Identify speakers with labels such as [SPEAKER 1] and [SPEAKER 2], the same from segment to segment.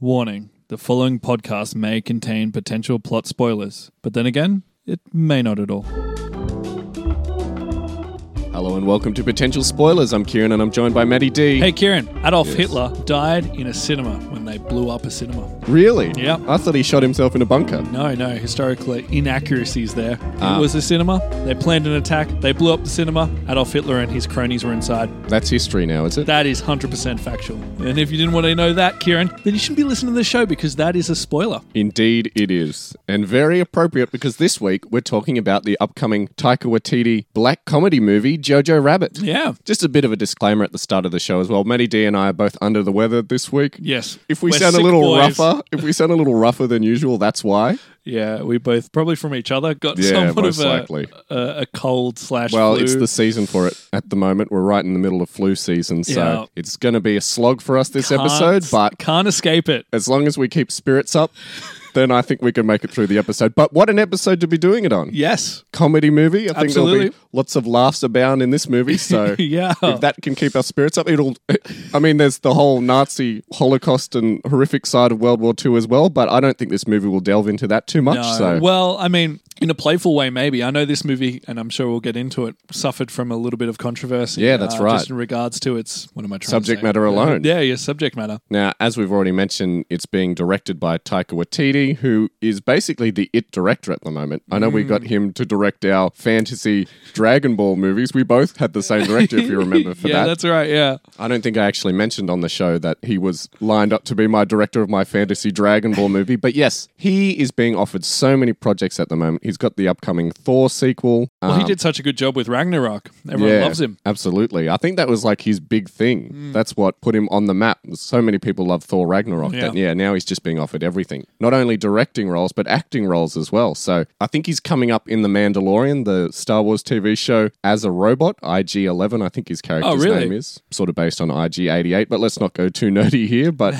[SPEAKER 1] Warning the following podcast may contain potential plot spoilers, but then again, it may not at all.
[SPEAKER 2] Hello and welcome to Potential Spoilers. I'm Kieran and I'm joined by Maddie D.
[SPEAKER 1] Hey, Kieran, Adolf Hitler died in a cinema when they blew up a cinema.
[SPEAKER 2] really?
[SPEAKER 1] Yep.
[SPEAKER 2] I thought he shot himself in a bunker.
[SPEAKER 1] No, no, historical inaccuracies there.
[SPEAKER 2] Ah.
[SPEAKER 1] It was a cinema. They planned an attack. They blew up the cinema. Adolf Hitler and his cronies were inside.
[SPEAKER 2] That's history now, is it?
[SPEAKER 1] That is 100% factual. And if you didn't want to know that, Kieran, then you shouldn't be listening to the show because that is a spoiler.
[SPEAKER 2] Indeed, it is. And very appropriate because this week we're talking about the upcoming Taika Waititi black comedy movie, Jojo Rabbit.
[SPEAKER 1] Yeah.
[SPEAKER 2] Just a bit of a disclaimer at the start of the show as well. Maddie D and I are both under the weather this week.
[SPEAKER 1] Yes.
[SPEAKER 2] If we
[SPEAKER 1] We're
[SPEAKER 2] sound a
[SPEAKER 1] sick
[SPEAKER 2] little
[SPEAKER 1] boys.
[SPEAKER 2] rougher, if we sound a little rougher than usual, that's why.
[SPEAKER 1] Yeah, we both, probably from each other, got
[SPEAKER 2] Yeah,
[SPEAKER 1] somewhat
[SPEAKER 2] most
[SPEAKER 1] of a,
[SPEAKER 2] likely.
[SPEAKER 1] a, a cold slash
[SPEAKER 2] Well,
[SPEAKER 1] flu.
[SPEAKER 2] it's the season for it at the moment. We're right in the middle of flu season, so
[SPEAKER 1] Yeah.
[SPEAKER 2] it's going to be a slog for us this
[SPEAKER 1] Can't-
[SPEAKER 2] episode. But
[SPEAKER 1] can't escape it.
[SPEAKER 2] as long as we keep spirits up, then I think we can make it through the episode. But what an episode to be doing it on!
[SPEAKER 1] Yes.
[SPEAKER 2] Comedy movie. I think there'll
[SPEAKER 1] Absolutely.
[SPEAKER 2] be lots of laughs abound in this movie. So
[SPEAKER 1] Yeah.
[SPEAKER 2] if that can keep our spirits up, it'll. I mean, there's the whole Nazi Holocaust and horrific side of World War II as well. But I don't think this movie will delve into that too much.
[SPEAKER 1] No.
[SPEAKER 2] So
[SPEAKER 1] Uh, Well, I mean, in a playful way, maybe. I know this movie, and I'm sure we'll get into it, suffered from a little bit of controversy.
[SPEAKER 2] Yeah, that's
[SPEAKER 1] uh,
[SPEAKER 2] right.
[SPEAKER 1] Just in regards to its, what am I trying
[SPEAKER 2] Subject
[SPEAKER 1] to say?
[SPEAKER 2] matter
[SPEAKER 1] Uh,
[SPEAKER 2] alone.
[SPEAKER 1] yeah, yeah, subject matter.
[SPEAKER 2] Now, as we've already mentioned, it's being directed by Taika Waititi, who is basically the it director at the moment. I know we got
[SPEAKER 1] Mm.
[SPEAKER 2] him to direct our fantasy Dragon Ball movies. We both had the same director, if you remember, for
[SPEAKER 1] yeah,
[SPEAKER 2] that.
[SPEAKER 1] that's right. Yeah.
[SPEAKER 2] I don't think I actually mentioned on the show that he was lined up to be my director of my fantasy Dragon Ball movie. But yes, he is being offered so many projects at the moment. He's got the upcoming Thor sequel.
[SPEAKER 1] Well, he
[SPEAKER 2] Um,
[SPEAKER 1] did such a good job with Ragnarok. Everyone loves him. Hmm.
[SPEAKER 2] Absolutely. I think that was like his big thing. That's what put him on the map. So many people love Thor Ragnarok
[SPEAKER 1] Yeah.
[SPEAKER 2] that yeah, now he's just being offered everything. Not only directing roles, but acting roles as well. So I think he's coming up in The Mandalorian, the Star Wars TV show, as a robot, IG eleven, I think his character's
[SPEAKER 1] Oh, really?
[SPEAKER 2] name is. Sort of based on IG eighty eight, but let's not go too nerdy here. But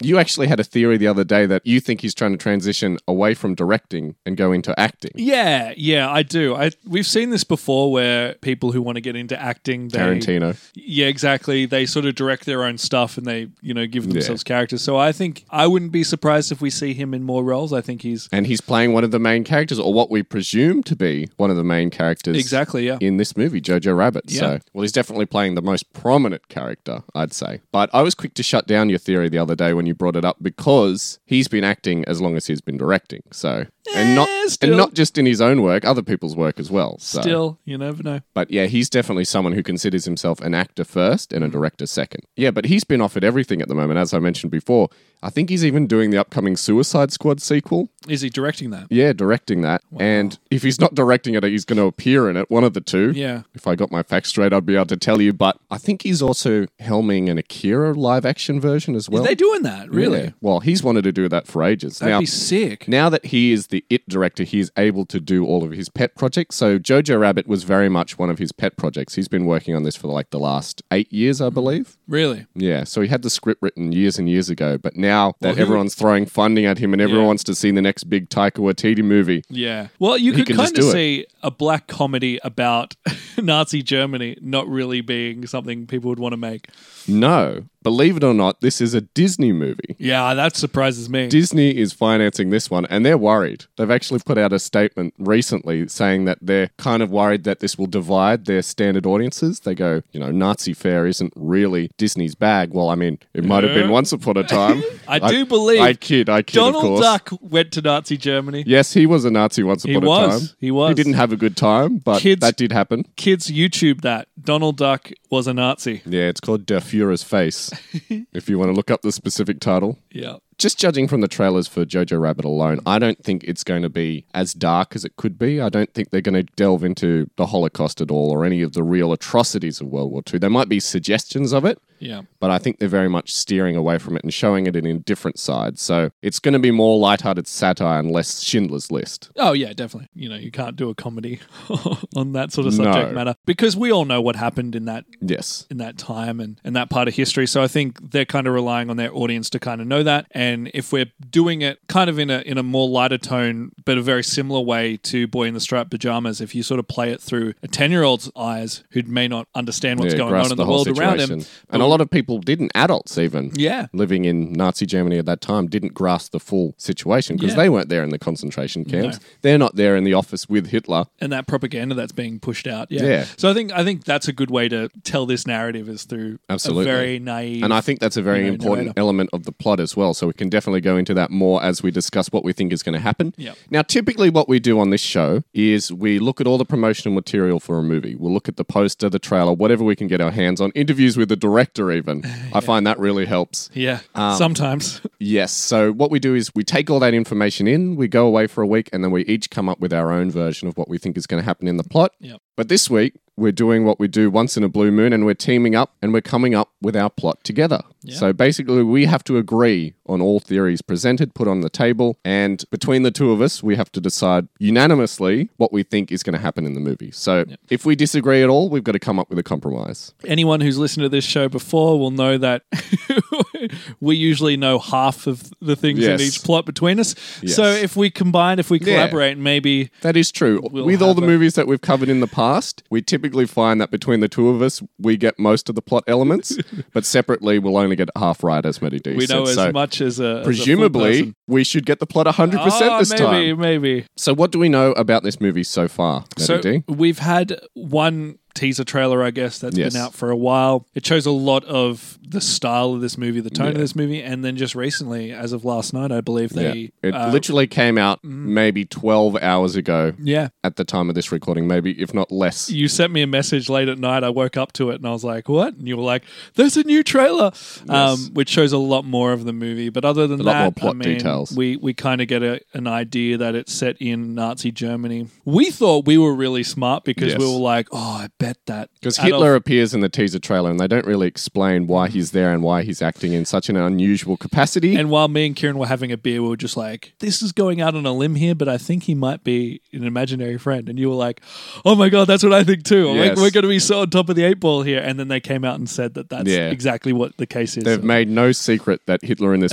[SPEAKER 2] you actually had a theory the other day that you think he's trying to transition away from directing and go into acting.
[SPEAKER 1] Yeah, yeah, I do. I we've seen this before where people who want to get into acting they
[SPEAKER 2] Tarantino.
[SPEAKER 1] Yeah, exactly. They sort of direct their own stuff and they, you know, give themselves characters. So I think I wouldn't be surprised if we see him in more roles. I think he's
[SPEAKER 2] and he's playing one of the main characters, or what we presume to be one of the main characters.
[SPEAKER 1] exactly, yeah.
[SPEAKER 2] In this movie, Jojo Rabbit.
[SPEAKER 1] Yeah.
[SPEAKER 2] So, well, he's definitely playing the most prominent character, I'd say. But I was quick to shut down your theory the other day when you brought it up because he's been acting as long as he's been directing. So, and not
[SPEAKER 1] Eh, still.
[SPEAKER 2] and not just in his own work, other people's work as well. So,
[SPEAKER 1] Still, you never know.
[SPEAKER 2] but yeah, he's definitely someone who considers himself an actor first
[SPEAKER 1] Mm.
[SPEAKER 2] and a director second. Yeah, but he's been offered everything at the moment, as I mentioned before. I think he's even doing the upcoming Suicide Squad sequel.
[SPEAKER 1] Is he directing that?
[SPEAKER 2] Yeah, directing that. And if he's not directing it, he's going to appear in it, one of the two.
[SPEAKER 1] Yeah.
[SPEAKER 2] If I got my facts straight, I'd be able to tell you. But I think he's also helming an Akira live action version as well.
[SPEAKER 1] Are they doing that? Really?
[SPEAKER 2] Yeah. Well, he's wanted to do that for ages.
[SPEAKER 1] That'd
[SPEAKER 2] now,
[SPEAKER 1] be sick.
[SPEAKER 2] now that he is the IT director, he is able to do all of his pet projects. So Jojo Rabbit was very much one of his pet projects. He's been working on this for like the last eight years,
[SPEAKER 1] Hmm.
[SPEAKER 2] I believe.
[SPEAKER 1] Really?
[SPEAKER 2] Yeah, so he had the script written years and years ago, but now that
[SPEAKER 1] who-
[SPEAKER 2] everyone's throwing funding at him and everyone
[SPEAKER 1] Yeah.
[SPEAKER 2] wants to see the next big Taika Waititi movie,
[SPEAKER 1] Yeah. Well, you could
[SPEAKER 2] can just
[SPEAKER 1] kind of
[SPEAKER 2] do it.
[SPEAKER 1] see a black comedy about Nazi Germany not really being something people would want to make.
[SPEAKER 2] no, believe it or not, this is a Disney movie.
[SPEAKER 1] Yeah, that surprises me.
[SPEAKER 2] Disney is financing this one and they're worried. They've actually put out a statement recently saying that they're kind of worried that this will divide their standard audiences. They go, you know, Nazi fare isn't really Disney's bag. Well, I mean, it might have been
[SPEAKER 1] Yeah.
[SPEAKER 2] once upon a time.
[SPEAKER 1] I do believe
[SPEAKER 2] I kid, I kid, of
[SPEAKER 1] Donald
[SPEAKER 2] course.
[SPEAKER 1] Duck went to Nazi Germany.
[SPEAKER 2] Yes, he was a Nazi once upon a
[SPEAKER 1] was.
[SPEAKER 2] time.
[SPEAKER 1] He was.
[SPEAKER 2] He didn't have a good time, but
[SPEAKER 1] Kids-
[SPEAKER 2] that did happen.
[SPEAKER 1] Kids YouTube that. Donald Duck was a Nazi.
[SPEAKER 2] Yeah, it's called Der Fuhrer's Face, if you want to look up the specific title.
[SPEAKER 1] Yeah.
[SPEAKER 2] Just judging from the trailers for Jojo Rabbit alone, I don't think it's going to be as dark as it could be. I don't think they're going to delve into the Holocaust at all or any of the real atrocities of World War II. There might be suggestions of it,
[SPEAKER 1] Yeah.
[SPEAKER 2] but I think they're very much steering away from it and showing it in a different side. So it's going to be more lighthearted satire and less Schindler's List.
[SPEAKER 1] Oh yeah, definitely. You know, you can't do a comedy on that sort of subject
[SPEAKER 2] No.
[SPEAKER 1] matter because we all know what happened in that
[SPEAKER 2] Yes.
[SPEAKER 1] in that time and, and that part of history. So I think they're kind of relying on their audience to kind of know that. And if we're doing it kind of in a in a more lighter tone, but a very similar way to Boy in the Striped Pajamas, if you sort of play it through a ten year old's eyes who may not understand what's
[SPEAKER 2] Yeah,
[SPEAKER 1] going
[SPEAKER 2] grasp
[SPEAKER 1] on in the,
[SPEAKER 2] whole
[SPEAKER 1] world around him.
[SPEAKER 2] situation. And a lot of people didn't, adults even,
[SPEAKER 1] Yeah.
[SPEAKER 2] living in Nazi Germany at that time, didn't grasp the full situation because
[SPEAKER 1] Yeah.
[SPEAKER 2] they weren't there in the concentration camps. They're not there in the office with Hitler.
[SPEAKER 1] and that propaganda that's being pushed out. Yeah.
[SPEAKER 2] Yeah.
[SPEAKER 1] So I think I think that's a good way to tell this narrative is through
[SPEAKER 2] Absolutely.
[SPEAKER 1] a very naive
[SPEAKER 2] And I think that's a very
[SPEAKER 1] You know,
[SPEAKER 2] important
[SPEAKER 1] narrator.
[SPEAKER 2] element of the plot as well. So we can definitely go into that more as we discuss what we think is going to happen.
[SPEAKER 1] Yep.
[SPEAKER 2] Now, typically, what we do on this show is we look at all the promotional material for a movie. We'll look at the poster, the trailer, whatever we can get our hands on, interviews with the director, even. I find that really helps.
[SPEAKER 1] yeah
[SPEAKER 2] Um,
[SPEAKER 1] sometimes
[SPEAKER 2] Yes. So what we do is we take all that information in, we go away for a week, and then we each come up with our own version of what we think is going to happen in the plot.
[SPEAKER 1] Yep.
[SPEAKER 2] But this week, we're doing what we do once in a blue moon, and we're teaming up and we're coming up with our plot together. So basically, we have to agree on all theories presented, put on the table, and between the two of us, we have to decide unanimously what we think is going to happen in the movie. So if we disagree at all, we've got to come up with a compromise.
[SPEAKER 1] anyone who's listened to this show before will know that we usually know half of the things
[SPEAKER 2] Yes.
[SPEAKER 1] in each plot between us. So if we combine, if we collaborate, maybe
[SPEAKER 2] That is true.
[SPEAKER 1] We'll
[SPEAKER 2] With all
[SPEAKER 1] have
[SPEAKER 2] the
[SPEAKER 1] a-
[SPEAKER 2] movies that we've covered in the past, we typically find that between the two of us, we get most of the plot elements, but separately, we'll only get half right, as Medi D
[SPEAKER 1] we know
[SPEAKER 2] said.
[SPEAKER 1] as
[SPEAKER 2] so
[SPEAKER 1] much as a as a full
[SPEAKER 2] presumably,
[SPEAKER 1] person.
[SPEAKER 2] we should get the plot 100%
[SPEAKER 1] Oh,
[SPEAKER 2] this
[SPEAKER 1] maybe,
[SPEAKER 2] time.
[SPEAKER 1] maybe.
[SPEAKER 2] So, what do we know about this movie so far, Medi
[SPEAKER 1] So
[SPEAKER 2] D?
[SPEAKER 1] we've had one teaser trailer, I guess, that's
[SPEAKER 2] Yes.
[SPEAKER 1] been out for a while. It shows a lot of the style of this movie, the tone of this movie, and then just recently, as of last night, I believe
[SPEAKER 2] yeah.
[SPEAKER 1] they.
[SPEAKER 2] It
[SPEAKER 1] uh,
[SPEAKER 2] literally came out maybe 12 hours ago
[SPEAKER 1] yeah.
[SPEAKER 2] at the time of this recording, maybe if not less.
[SPEAKER 1] You sent me a message late at night. I woke up to it and I was like, "What?" And you were like, "There's a new trailer," um, which shows a lot more of the movie. But other than
[SPEAKER 2] A lot
[SPEAKER 1] that,
[SPEAKER 2] more plot
[SPEAKER 1] I mean,
[SPEAKER 2] details.
[SPEAKER 1] we we kind of get a, an idea that it's set in Nazi Germany. We thought we were really smart because
[SPEAKER 2] Yes.
[SPEAKER 1] we were like, "Oh, I bet that
[SPEAKER 2] Because
[SPEAKER 1] Adolf
[SPEAKER 2] Hitler appears in the teaser trailer and they don't really explain why he's there and why he's acting in such an unusual capacity.
[SPEAKER 1] And while me and Kieran were having a beer, we were just like, this is going out on a limb here, but I think he might be an imaginary friend. And you were like, oh my God, that's what I think too. I'm
[SPEAKER 2] Yes.
[SPEAKER 1] Like, we're going to be so on top of the eight ball here. And then they came out and said that that's
[SPEAKER 2] Yeah.
[SPEAKER 1] exactly what the case is.
[SPEAKER 2] They've made no secret that Hitler in this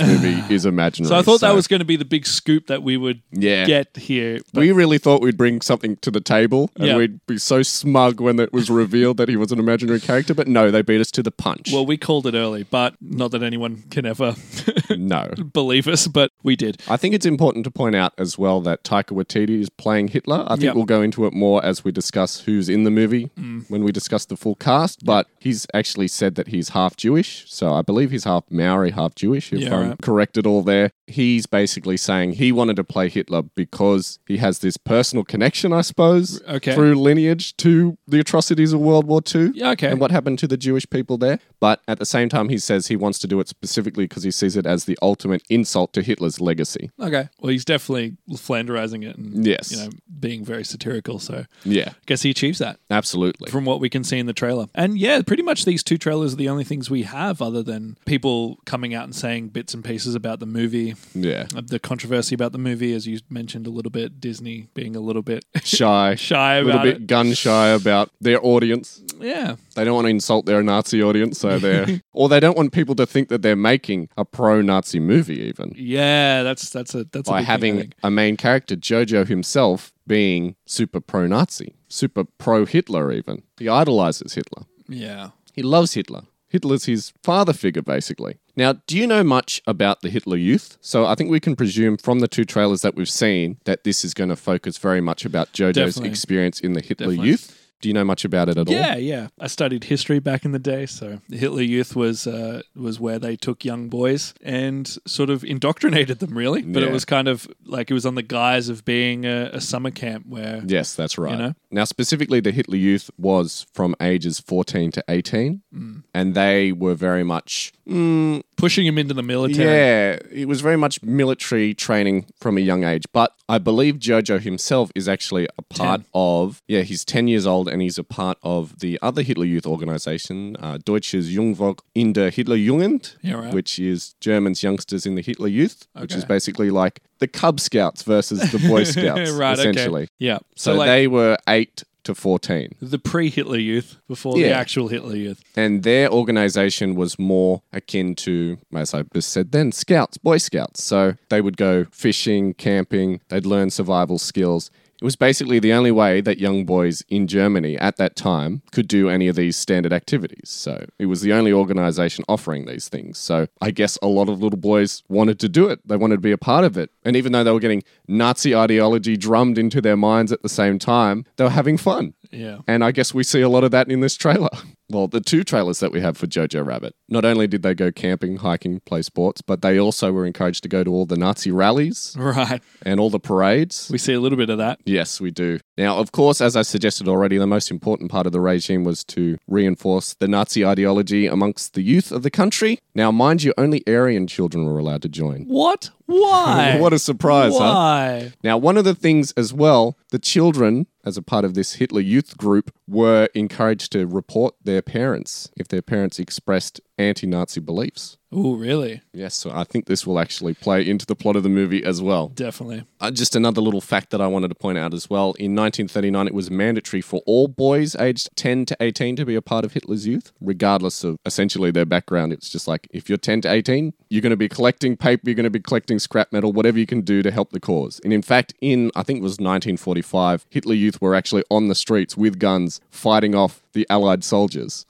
[SPEAKER 2] movie is imaginary.
[SPEAKER 1] so I thought that was going to be the big scoop that we would
[SPEAKER 2] Yeah.
[SPEAKER 1] get here. But
[SPEAKER 2] we really thought we'd bring something to the table and
[SPEAKER 1] Yeah.
[SPEAKER 2] we'd be so smug when it was revealed that he was an imaginary character, but no, they beat us to the punch.
[SPEAKER 1] well, we called it early, but not that anyone can ever
[SPEAKER 2] no.
[SPEAKER 1] believe us, but we did.
[SPEAKER 2] I think it's important to point out as well that Taika Waititi is playing Hitler. I think
[SPEAKER 1] Yep. Mm.
[SPEAKER 2] we'll go into it more as we discuss who's in the movie when we discuss the full cast, but he's actually said that he's half Jewish. So I believe he's half Maori, half Jewish, if
[SPEAKER 1] Yeah,
[SPEAKER 2] I'm
[SPEAKER 1] right.
[SPEAKER 2] corrected all there. He's basically saying he wanted to play Hitler because he has this personal connection, I suppose,
[SPEAKER 1] Okay.
[SPEAKER 2] through lineage to the atrocities of World War II
[SPEAKER 1] Yeah, okay.
[SPEAKER 2] and what happened to the Jewish people there. But at the same time, he says he wants to do it specifically because he sees it as the ultimate insult to Hitler's legacy.
[SPEAKER 1] Okay. Well, he's definitely flanderizing it and,
[SPEAKER 2] Yes.
[SPEAKER 1] you know, being very satirical. So I
[SPEAKER 2] Yeah,
[SPEAKER 1] guess he achieves that.
[SPEAKER 2] absolutely.
[SPEAKER 1] from what we can see in the trailer. And yeah, pretty much these two trailers are the only things we have other than people coming out and saying bits and pieces about the movie,
[SPEAKER 2] Yeah.
[SPEAKER 1] uh, the controversy about the movie, as you mentioned a little bit, Disney being a little bit
[SPEAKER 2] Shy.
[SPEAKER 1] shy
[SPEAKER 2] A little
[SPEAKER 1] about
[SPEAKER 2] bit
[SPEAKER 1] it.
[SPEAKER 2] gun shy about their audience.
[SPEAKER 1] Yeah.
[SPEAKER 2] They don't want to insult their Nazi audience, so they're. or they don't want people to think that they're making a pro Nazi movie, even.
[SPEAKER 1] Yeah, that's that's a that's a
[SPEAKER 2] By
[SPEAKER 1] big thing, I
[SPEAKER 2] having
[SPEAKER 1] think.
[SPEAKER 2] a main character, Jojo himself, being super pro Nazi, super pro Hitler, even. He idolizes Hitler.
[SPEAKER 1] yeah.
[SPEAKER 2] He loves Hitler. Hitler's his father figure, basically. Now, do you know much about the Hitler Youth? So I think we can presume from the two trailers that we've seen that this is going to focus very much about Jojo's
[SPEAKER 1] Definitely.
[SPEAKER 2] experience in the Hitler
[SPEAKER 1] Definitely.
[SPEAKER 2] Youth. Do you know much about it at all?
[SPEAKER 1] Yeah, yeah. I studied history back in the day, so the Hitler Youth was uh, was where they took young boys and sort of indoctrinated them, really. But
[SPEAKER 2] Yeah.
[SPEAKER 1] it was kind of like it was on the guise of being a, a summer camp where
[SPEAKER 2] Yes, that's right.
[SPEAKER 1] know?
[SPEAKER 2] Now, specifically, the Hitler Youth was from ages 14 to 18,
[SPEAKER 1] Mm.
[SPEAKER 2] and they were very much mm,
[SPEAKER 1] pushing him into the military.
[SPEAKER 2] Yeah, it was very much military training from a young age. But I believe Jojo himself is actually a part of, yeah, he's 10 years old and he's a part of the other Hitler Youth organization, uh, Deutsches Jungvolk in der Hitlerjugend,
[SPEAKER 1] Yeah, right.
[SPEAKER 2] which is Germans youngsters in the Hitler Youth, which is
[SPEAKER 1] Okay.
[SPEAKER 2] basically like the Cub Scouts versus the Boy Scouts,
[SPEAKER 1] right,
[SPEAKER 2] essentially.
[SPEAKER 1] Okay. Yeah.
[SPEAKER 2] So,
[SPEAKER 1] So, like,
[SPEAKER 2] they were 8 to 14.
[SPEAKER 1] The pre Hitler Youth before the
[SPEAKER 2] Yeah.
[SPEAKER 1] actual Hitler Youth.
[SPEAKER 2] And their organization was more akin to, as I just said then, scouts, Boy Scouts. So they would go fishing, camping, they'd learn survival skills. It was basically the only way that young boys in Germany at that time could do any of these standard activities. So it was the only organization offering these things. So I guess a lot of little boys wanted to do it, they wanted to be a part of it. And even though they were getting Nazi ideology drummed into their minds at the same time, they were having fun.
[SPEAKER 1] Yeah.
[SPEAKER 2] And I guess we see a lot of that in this trailer. Well, the two trailers that we have for Jojo Rabbit. Not only did they go camping, hiking, play sports, but they also were encouraged to go to all the Nazi rallies
[SPEAKER 1] Right.
[SPEAKER 2] and all the parades.
[SPEAKER 1] We see a little bit of that.
[SPEAKER 2] Yes, we do. Now, of course, as I suggested already, the most important part of the regime was to reinforce the Nazi ideology amongst the youth of the country. Now, mind you, only Aryan children were allowed to join.
[SPEAKER 1] What? Why?
[SPEAKER 2] What a surprise, huh?
[SPEAKER 1] Why?
[SPEAKER 2] Now, one of the things as well, the children, as a part of this Hitler Youth group, were encouraged to report their parents if their parents expressed anti Nazi beliefs.
[SPEAKER 1] Oh, really?
[SPEAKER 2] Yes, so I think this will actually play into the plot of the movie as well.
[SPEAKER 1] Definitely.
[SPEAKER 2] Uh, just another little fact that I wanted to point out as well. In 1939, it was mandatory for all boys aged 10 to 18 to be a part of Hitler's youth, regardless of essentially their background. It's just like if you're 10 to 18, you're going to be collecting paper, you're going to be collecting scrap metal, whatever you can do to help the cause. And in fact, in I think it was 1945, Hitler youth were actually on the streets with guns fighting off the Allied soldiers.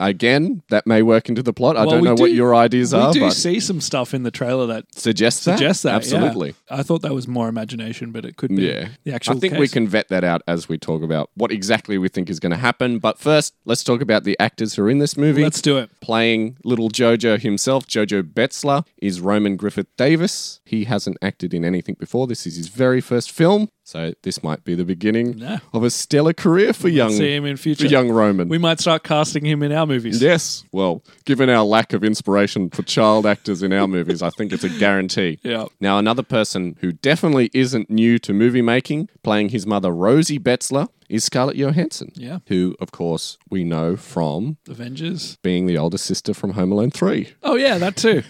[SPEAKER 2] Again, that may work into the plot. I
[SPEAKER 1] Well,
[SPEAKER 2] don't
[SPEAKER 1] we
[SPEAKER 2] know what
[SPEAKER 1] do-
[SPEAKER 2] your ideas
[SPEAKER 1] We
[SPEAKER 2] are,
[SPEAKER 1] do
[SPEAKER 2] but
[SPEAKER 1] see some stuff in the trailer that
[SPEAKER 2] suggest that.
[SPEAKER 1] suggests that. yeah.
[SPEAKER 2] Absolutely.
[SPEAKER 1] I thought that was more imagination, but it could be
[SPEAKER 2] Yeah.
[SPEAKER 1] the actual
[SPEAKER 2] I think
[SPEAKER 1] case.
[SPEAKER 2] we can vet that out as we talk about what exactly we think is going to happen. But first, let's talk about the actors who are in this movie.
[SPEAKER 1] Let's do it.
[SPEAKER 2] Playing little Jojo himself, Jojo Betzler, is Roman Griffith Davis. He hasn't acted in anything before. This is his very first film. So this might be the beginning
[SPEAKER 1] Yeah.
[SPEAKER 2] of a stellar career for young,
[SPEAKER 1] See him in
[SPEAKER 2] for
[SPEAKER 1] future.
[SPEAKER 2] young Roman.
[SPEAKER 1] We might start casting him in our movies.
[SPEAKER 2] yes. Well, given our lack of inspiration for child actors in our movies, I think it's a guarantee.
[SPEAKER 1] Yeah.
[SPEAKER 2] Oh. Now, another person who definitely isn't new to movie making, playing his mother Rosie Betzler, is Scarlett Johansson.
[SPEAKER 1] Yeah.
[SPEAKER 2] Who, of course, we know from
[SPEAKER 1] Avengers.
[SPEAKER 2] being the older sister from Home Alone 3.
[SPEAKER 1] Oh yeah, that too.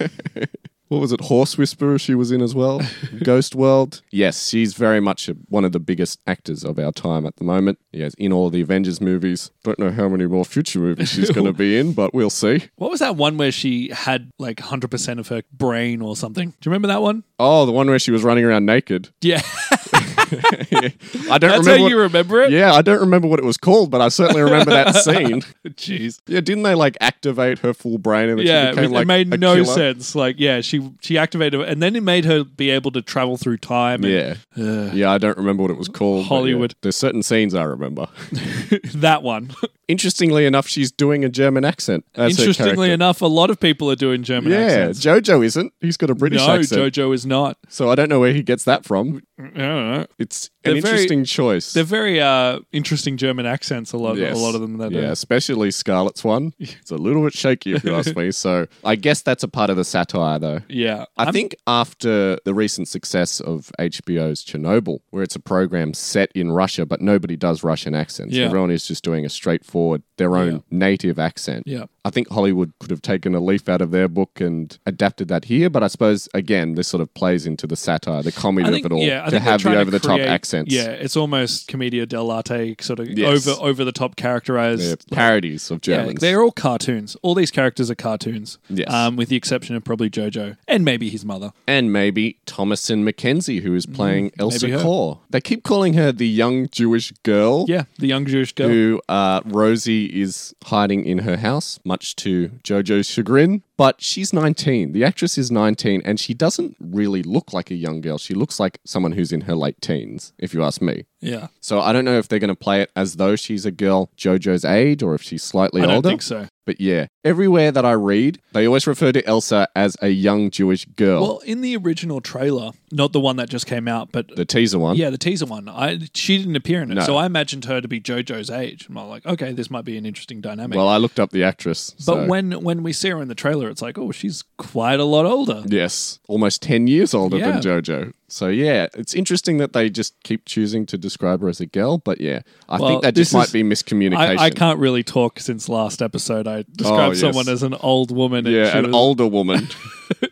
[SPEAKER 2] What was it? Horse Whisperer she was in as well? Ghost World? Yes, she's very much a, one of the biggest actors of our time at the moment. Yes, in all the Avengers movies. Don't know how many more future movies she's going to be in, but we'll see.
[SPEAKER 1] what was that one where she had like 100% of her brain or something? Do you remember that one?
[SPEAKER 2] Oh, the one where she was running around naked.
[SPEAKER 1] Yeah.
[SPEAKER 2] I don't
[SPEAKER 1] That's
[SPEAKER 2] remember.
[SPEAKER 1] how
[SPEAKER 2] what-
[SPEAKER 1] you remember it?
[SPEAKER 2] Yeah, I don't remember what it was called, but I certainly remember that scene.
[SPEAKER 1] Jeez.
[SPEAKER 2] Yeah, didn't they like activate her full brain and then
[SPEAKER 1] Yeah,
[SPEAKER 2] she
[SPEAKER 1] it,
[SPEAKER 2] became
[SPEAKER 1] was- it
[SPEAKER 2] like a
[SPEAKER 1] made no
[SPEAKER 2] killer?
[SPEAKER 1] sense. Like, yeah, she she activated, and then it made her be able to travel through time. And
[SPEAKER 2] Yeah, yeah, I don't remember what it was called. but yeah,
[SPEAKER 1] Hollywood.
[SPEAKER 2] there's certain scenes I remember.
[SPEAKER 1] That one.
[SPEAKER 2] Interestingly enough, she's doing a German accent. As her
[SPEAKER 1] Interestingly
[SPEAKER 2] character.
[SPEAKER 1] enough, a lot of people are doing German
[SPEAKER 2] yeah,
[SPEAKER 1] accents.
[SPEAKER 2] Jojo isn't. He's got a British
[SPEAKER 1] No,
[SPEAKER 2] accent,
[SPEAKER 1] JoJo is not.
[SPEAKER 2] so I don't know where he gets that from.
[SPEAKER 1] I don't know.
[SPEAKER 2] It's
[SPEAKER 1] They're
[SPEAKER 2] an
[SPEAKER 1] very-
[SPEAKER 2] interesting choice.
[SPEAKER 1] They're very uh, interesting German accents. A lot,
[SPEAKER 2] Yes.
[SPEAKER 1] a lot of them. That
[SPEAKER 2] yeah,
[SPEAKER 1] are-
[SPEAKER 2] especially Scarlett's one. It's a little bit shaky, if you ask me. So I guess that's a part of the satire, though.
[SPEAKER 1] yeah.
[SPEAKER 2] I
[SPEAKER 1] I'm-
[SPEAKER 2] think after the recent success of HBO's Chernobyl, where it's a program set in Russia, but nobody does Russian accents.
[SPEAKER 1] Yeah.
[SPEAKER 2] Everyone is just doing a straightforward, their own
[SPEAKER 1] Yeah.
[SPEAKER 2] native accent.
[SPEAKER 1] Yeah.
[SPEAKER 2] I think Hollywood could have taken a leaf out of their book and adapted that here, but I suppose, again, this sort of plays into the satire, the comedy
[SPEAKER 1] I think,
[SPEAKER 2] of it all,
[SPEAKER 1] yeah, I
[SPEAKER 2] to
[SPEAKER 1] think they're
[SPEAKER 2] have the
[SPEAKER 1] trying to
[SPEAKER 2] over the top
[SPEAKER 1] create-
[SPEAKER 2] accents.
[SPEAKER 1] Yeah, it's almost commedia dell'arte sort of
[SPEAKER 2] Yes.
[SPEAKER 1] over over the top characterized.
[SPEAKER 2] They're parodies of
[SPEAKER 1] Yeah,
[SPEAKER 2] Germans.
[SPEAKER 1] they're all cartoons. All these characters are cartoons.
[SPEAKER 2] Yes.
[SPEAKER 1] Um, with the exception of probably Jojo and maybe his mother.
[SPEAKER 2] and maybe Thomason McKenzie, who is playing Elsa
[SPEAKER 1] Mm-hmm. maybe her.
[SPEAKER 2] Kaur. They keep calling her the young Jewish girl.
[SPEAKER 1] Yeah, the young Jewish girl.
[SPEAKER 2] who uh, Rosie is hiding in her house, much to JoJo's chagrin. But she's 19. The actress is 19, and she doesn't really look like a young girl. She looks like someone who's in her late teens, if you ask me.
[SPEAKER 1] yeah.
[SPEAKER 2] So I don't know if they're going to play it as though she's a girl JoJo's age or if she's slightly
[SPEAKER 1] I don't
[SPEAKER 2] older.
[SPEAKER 1] think so.
[SPEAKER 2] But yeah, everywhere that I read, they always refer to Elsa as a young Jewish girl.
[SPEAKER 1] Well, in the original trailer, not the one that just came out, but
[SPEAKER 2] the teaser one.
[SPEAKER 1] yeah, the teaser one, I she didn't appear in it.
[SPEAKER 2] No.
[SPEAKER 1] So I imagined her to be JoJo's age. I'm like, okay, this might be an interesting dynamic.
[SPEAKER 2] Well, I looked up the actress.
[SPEAKER 1] but
[SPEAKER 2] so-
[SPEAKER 1] when when we see her in the trailer, it's like, oh, she's quite a lot older.
[SPEAKER 2] Yes, almost 10 years older
[SPEAKER 1] Yeah.
[SPEAKER 2] than JoJo. So, yeah, it's interesting that they just keep choosing to describe her as a girl, but yeah, I
[SPEAKER 1] Well,
[SPEAKER 2] think that
[SPEAKER 1] this
[SPEAKER 2] just might
[SPEAKER 1] is-
[SPEAKER 2] be miscommunication.
[SPEAKER 1] I, I can't really talk since last episode. I described
[SPEAKER 2] Oh, yes.
[SPEAKER 1] someone as an old woman. And
[SPEAKER 2] yeah,
[SPEAKER 1] she
[SPEAKER 2] an
[SPEAKER 1] was,
[SPEAKER 2] older woman.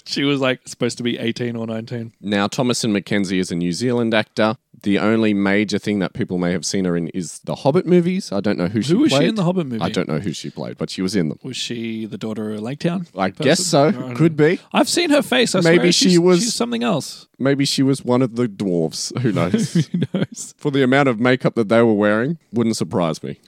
[SPEAKER 1] She was like supposed to be eighteen or nineteen.
[SPEAKER 2] now, Thomason McKenzie is a New Zealand actor. The only major thing that people may have seen her in is the Hobbit movies. I don't know who she
[SPEAKER 1] Who was she
[SPEAKER 2] played.
[SPEAKER 1] in the Hobbit movie?
[SPEAKER 2] I don't know who she played, but she was in them.
[SPEAKER 1] Was she the daughter of Laketown?
[SPEAKER 2] I guess so. Could be.
[SPEAKER 1] I've seen her face. I
[SPEAKER 2] Maybe
[SPEAKER 1] swear
[SPEAKER 2] she
[SPEAKER 1] she's-
[SPEAKER 2] was-
[SPEAKER 1] she's something else.
[SPEAKER 2] Maybe she was one of the dwarves. Who knows?
[SPEAKER 1] Who knows?
[SPEAKER 2] for the amount of makeup that they were wearing, wouldn't surprise me.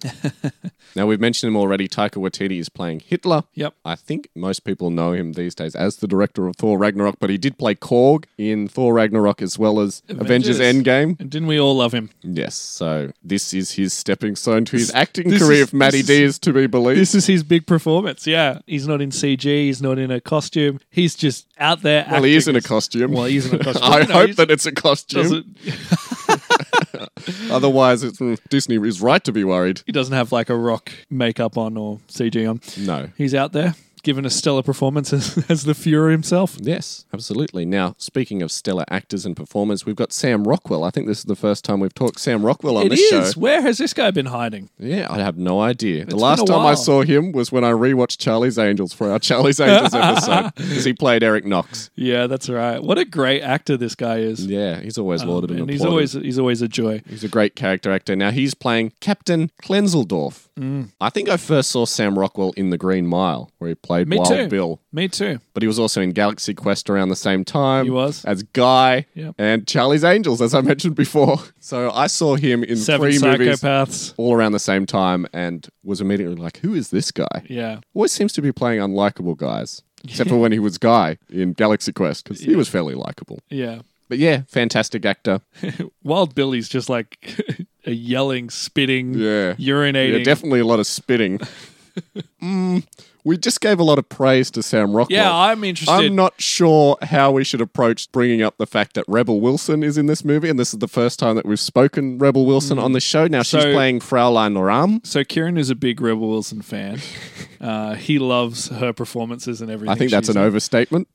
[SPEAKER 2] now, we've mentioned him already. Taika Waititi is playing Hitler.
[SPEAKER 1] Yep.
[SPEAKER 2] I think most people know him these days as the director of Thor Ragnarok, but he did play Korg in Thor Ragnarok as well as Avengers,
[SPEAKER 1] Avengers.
[SPEAKER 2] Endgame.
[SPEAKER 1] And didn't we all love him?
[SPEAKER 2] Yes, so this is his stepping stone to his acting
[SPEAKER 1] this
[SPEAKER 2] career,
[SPEAKER 1] is-
[SPEAKER 2] if Matty
[SPEAKER 1] this
[SPEAKER 2] D is to be believed.
[SPEAKER 1] This is his big performance. Yeah, he's not in CG. He's not in a costume. He's just out there.
[SPEAKER 2] well, he is in a costume.
[SPEAKER 1] Well, he is in a costume.
[SPEAKER 2] I
[SPEAKER 1] You know,
[SPEAKER 2] hope
[SPEAKER 1] he's-
[SPEAKER 2] that it's a costume.
[SPEAKER 1] Doesn't,
[SPEAKER 2] Otherwise, it's, mm, Disney is right to be worried.
[SPEAKER 1] he doesn't have like a rock makeup on or CG on.
[SPEAKER 2] No.
[SPEAKER 1] He's out there giving a stellar performance as, as the Fuhrer himself.
[SPEAKER 2] Yes, absolutely. Now, speaking of stellar actors and performers, we've got Sam Rockwell. I think this is the first time we've talked Sam Rockwell on
[SPEAKER 1] It
[SPEAKER 2] this
[SPEAKER 1] is.
[SPEAKER 2] show.
[SPEAKER 1] Where has this guy been hiding?
[SPEAKER 2] Yeah, I have no idea. the
[SPEAKER 1] been
[SPEAKER 2] last
[SPEAKER 1] a
[SPEAKER 2] time I
[SPEAKER 1] while.
[SPEAKER 2] saw him was when I rewatched Charlie's Angels for our Charlie's Angels episode because he played Eric Knox.
[SPEAKER 1] Yeah, that's right. What a great actor this guy is.
[SPEAKER 2] Yeah, he's always lauded and,
[SPEAKER 1] Uh, and
[SPEAKER 2] applauded.
[SPEAKER 1] he's always he's always a joy.
[SPEAKER 2] He's a great character actor. Now he's playing Captain Klenzeldorf.
[SPEAKER 1] Mm.
[SPEAKER 2] I think I first saw Sam Rockwell in The Green Mile, where he played
[SPEAKER 1] Me
[SPEAKER 2] Wild
[SPEAKER 1] too.
[SPEAKER 2] Bill.
[SPEAKER 1] Me too.
[SPEAKER 2] but he was also in Galaxy Quest around the same time.
[SPEAKER 1] He was.
[SPEAKER 2] as Guy
[SPEAKER 1] Yep.
[SPEAKER 2] and Charlie's Angels, as I mentioned before. So I saw him in
[SPEAKER 1] Seven
[SPEAKER 2] three movies
[SPEAKER 1] psychopaths.
[SPEAKER 2] all around the same time, and was immediately like, "Who is this guy?"
[SPEAKER 1] Yeah.
[SPEAKER 2] Always seems to be playing unlikable guys, except for when he was Guy in Galaxy Quest because he was fairly likable.
[SPEAKER 1] Yeah.
[SPEAKER 2] But yeah, fantastic actor.
[SPEAKER 1] Wild Billy's just like a yelling, spitting,
[SPEAKER 2] Yeah. Yeah,
[SPEAKER 1] urinating.
[SPEAKER 2] definitely a lot of spitting. Mm, we just gave a lot of praise to Sam Rockwell.
[SPEAKER 1] Yeah, I'm interested.
[SPEAKER 2] I'm not sure how we should approach bringing up the fact that Rebel Wilson is in this movie, and this is the first time that we've spoken Rebel Wilson on the show. Now she's
[SPEAKER 1] Mm. So-
[SPEAKER 2] playing Fraulein Laram.
[SPEAKER 1] so Kieran is a big Rebel Wilson fan. uh, he loves her performances and everything.
[SPEAKER 2] I think that's
[SPEAKER 1] she's
[SPEAKER 2] an overstatement.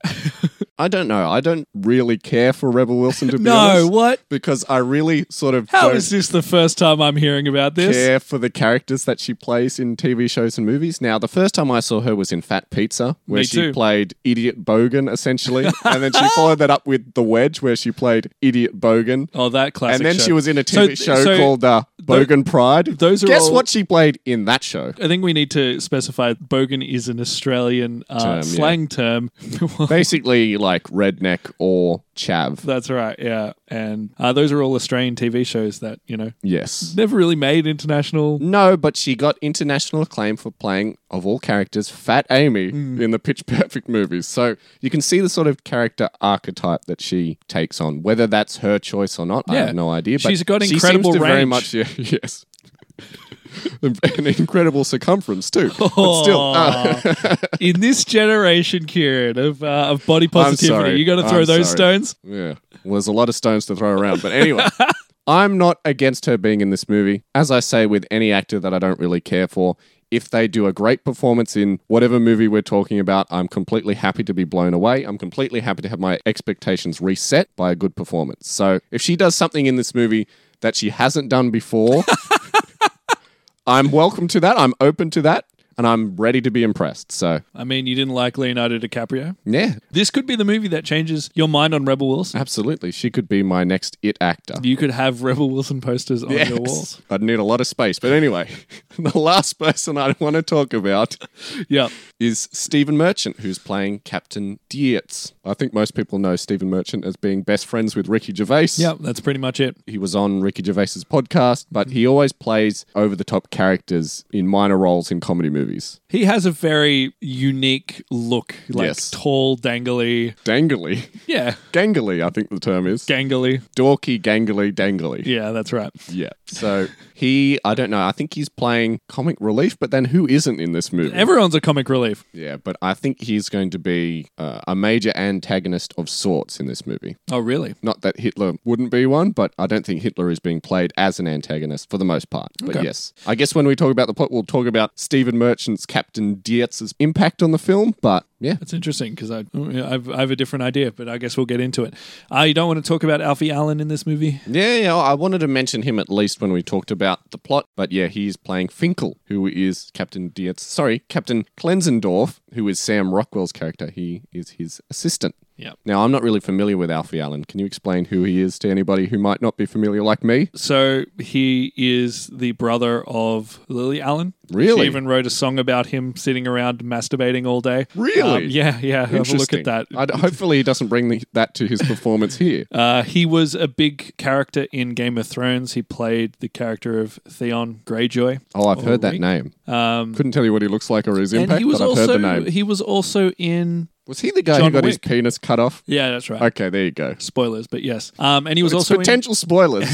[SPEAKER 2] I don't know. I don't really care for Rebel Wilson to be
[SPEAKER 1] No,
[SPEAKER 2] honest,
[SPEAKER 1] what?
[SPEAKER 2] because I really sort of
[SPEAKER 1] How
[SPEAKER 2] don't
[SPEAKER 1] is this the first time I'm hearing about this?
[SPEAKER 2] care for the characters that she plays in TV shows and movies. Now, the first time I saw her was in Fat Pizza, where
[SPEAKER 1] Me
[SPEAKER 2] she
[SPEAKER 1] too.
[SPEAKER 2] played Idiot Bogan essentially, and then she followed that up with The Wedge, where she played Idiot Bogan.
[SPEAKER 1] Oh, that classic.
[SPEAKER 2] and then
[SPEAKER 1] show.
[SPEAKER 2] she was in a TV
[SPEAKER 1] So th-
[SPEAKER 2] show
[SPEAKER 1] so
[SPEAKER 2] called uh, Bogan Pride.
[SPEAKER 1] those are
[SPEAKER 2] Guess
[SPEAKER 1] all-
[SPEAKER 2] what she played in that show?
[SPEAKER 1] I think we need to specify Bogan is an Australian uh,
[SPEAKER 2] Term, yeah.
[SPEAKER 1] slang term.
[SPEAKER 2] Basically, like redneck or chav.
[SPEAKER 1] that's right. Yeah, and uh, those are all Australian TV shows that you know
[SPEAKER 2] Yes.
[SPEAKER 1] never really made international.
[SPEAKER 2] No, but she got international acclaim for playing, of all characters, Fat Amy
[SPEAKER 1] Hmm.
[SPEAKER 2] in the Pitch Perfect movies. So you can see the sort of character archetype that she takes on. Whether that's her choice or not, I
[SPEAKER 1] Yeah.
[SPEAKER 2] have no idea. But
[SPEAKER 1] She's got
[SPEAKER 2] she seems
[SPEAKER 1] incredible
[SPEAKER 2] to Very
[SPEAKER 1] range.
[SPEAKER 2] much, yeah, yes. An incredible circumference too. But still, uh,
[SPEAKER 1] in this generation, Kieran, of uh, of body positivity,
[SPEAKER 2] sorry.
[SPEAKER 1] you got to throw
[SPEAKER 2] I'm
[SPEAKER 1] those
[SPEAKER 2] sorry.
[SPEAKER 1] stones.
[SPEAKER 2] Yeah. Well, there's a lot of stones to throw around. But anyway, I'm not against her being in this movie. As I say with any actor that I don't really care for, if they do a great performance in whatever movie we're talking about, I'm completely happy to be blown away. I'm completely happy to have my expectations reset by a good performance. So if she does something in this movie that she hasn't done before, I'm welcome to that. I'm open to that. And I'm ready to be impressed. So,
[SPEAKER 1] I mean, you didn't like Leonardo DiCaprio.
[SPEAKER 2] yeah,
[SPEAKER 1] This could be the movie that changes your mind on Rebel Wilson.
[SPEAKER 2] absolutely. She could be my next it actor.
[SPEAKER 1] You could have Rebel Wilson posters on your walls.
[SPEAKER 2] I'd need a lot of space. But anyway, the last person I want to talk about
[SPEAKER 1] Yeah.
[SPEAKER 2] is Stephen Merchant, who's playing Captain Dietz. I think most people know Stephen Merchant as being best friends with Ricky Gervais.
[SPEAKER 1] Yeah, that's pretty much it.
[SPEAKER 2] He was on Ricky Gervais's podcast, but he always plays over the top characters in minor roles in comedy movies.
[SPEAKER 1] He has a very unique look, like
[SPEAKER 2] Yes.
[SPEAKER 1] tall, dangly.
[SPEAKER 2] Dangly.
[SPEAKER 1] Yeah,
[SPEAKER 2] Gangly, I think the term is.
[SPEAKER 1] gangly.
[SPEAKER 2] Dorky, gangly, dangly.
[SPEAKER 1] Yeah, that's right.
[SPEAKER 2] Yeah. So he, I don't know, I think he's playing comic relief, but then who isn't in this movie?
[SPEAKER 1] Everyone's a comic relief.
[SPEAKER 2] Yeah, but I think he's going to be uh, a major antagonist of sorts in this movie.
[SPEAKER 1] Oh, really?
[SPEAKER 2] Not that Hitler wouldn't be one, but I don't think Hitler is being played as an antagonist for the most part. But
[SPEAKER 1] Okay.
[SPEAKER 2] yes, I guess when we talk about the plot, we'll talk about Stephen Merchant's Captain Dietz's impact on the film. But yeah,
[SPEAKER 1] That's interesting because I, I've, I have a different idea, but I guess we'll get into it. Uh, you don't want to talk about Alfie Allen in this movie?
[SPEAKER 2] yeah, yeah. I wanted to mention him at least when we talked about the plot. But yeah, he is playing Finkel, who is Captain Dietz. Sorry, Captain Klenzendorf, who is Sam Rockwell's character. He is his assistant.
[SPEAKER 1] Yep.
[SPEAKER 2] Now, I'm not really familiar with Alfie Allen. Can you explain who he is to anybody who might not be familiar like me?
[SPEAKER 1] So he is the brother of Lily Allen.
[SPEAKER 2] Really?
[SPEAKER 1] She even wrote a song about him sitting around masturbating all day.
[SPEAKER 2] Really?
[SPEAKER 1] Um, yeah, yeah. Have a look
[SPEAKER 2] Interesting.
[SPEAKER 1] at that.
[SPEAKER 2] I'd- hopefully, he doesn't bring the, that to his performance here.
[SPEAKER 1] Uh, he was a big character in Game of Thrones. He played the character of Theon Greyjoy.
[SPEAKER 2] Oh, I've heard that
[SPEAKER 1] Alright.
[SPEAKER 2] name.
[SPEAKER 1] Um,
[SPEAKER 2] Couldn't tell you what he looks like or his
[SPEAKER 1] and
[SPEAKER 2] impact,
[SPEAKER 1] he was
[SPEAKER 2] but I've heard the
[SPEAKER 1] also
[SPEAKER 2] name.
[SPEAKER 1] he was also in
[SPEAKER 2] Was he the guy
[SPEAKER 1] John
[SPEAKER 2] who got his
[SPEAKER 1] Wick.
[SPEAKER 2] penis cut off?
[SPEAKER 1] yeah, that's right.
[SPEAKER 2] Okay, there you go.
[SPEAKER 1] Spoilers, but yes. Um, and he was
[SPEAKER 2] It's
[SPEAKER 1] also in,
[SPEAKER 2] potential spoilers.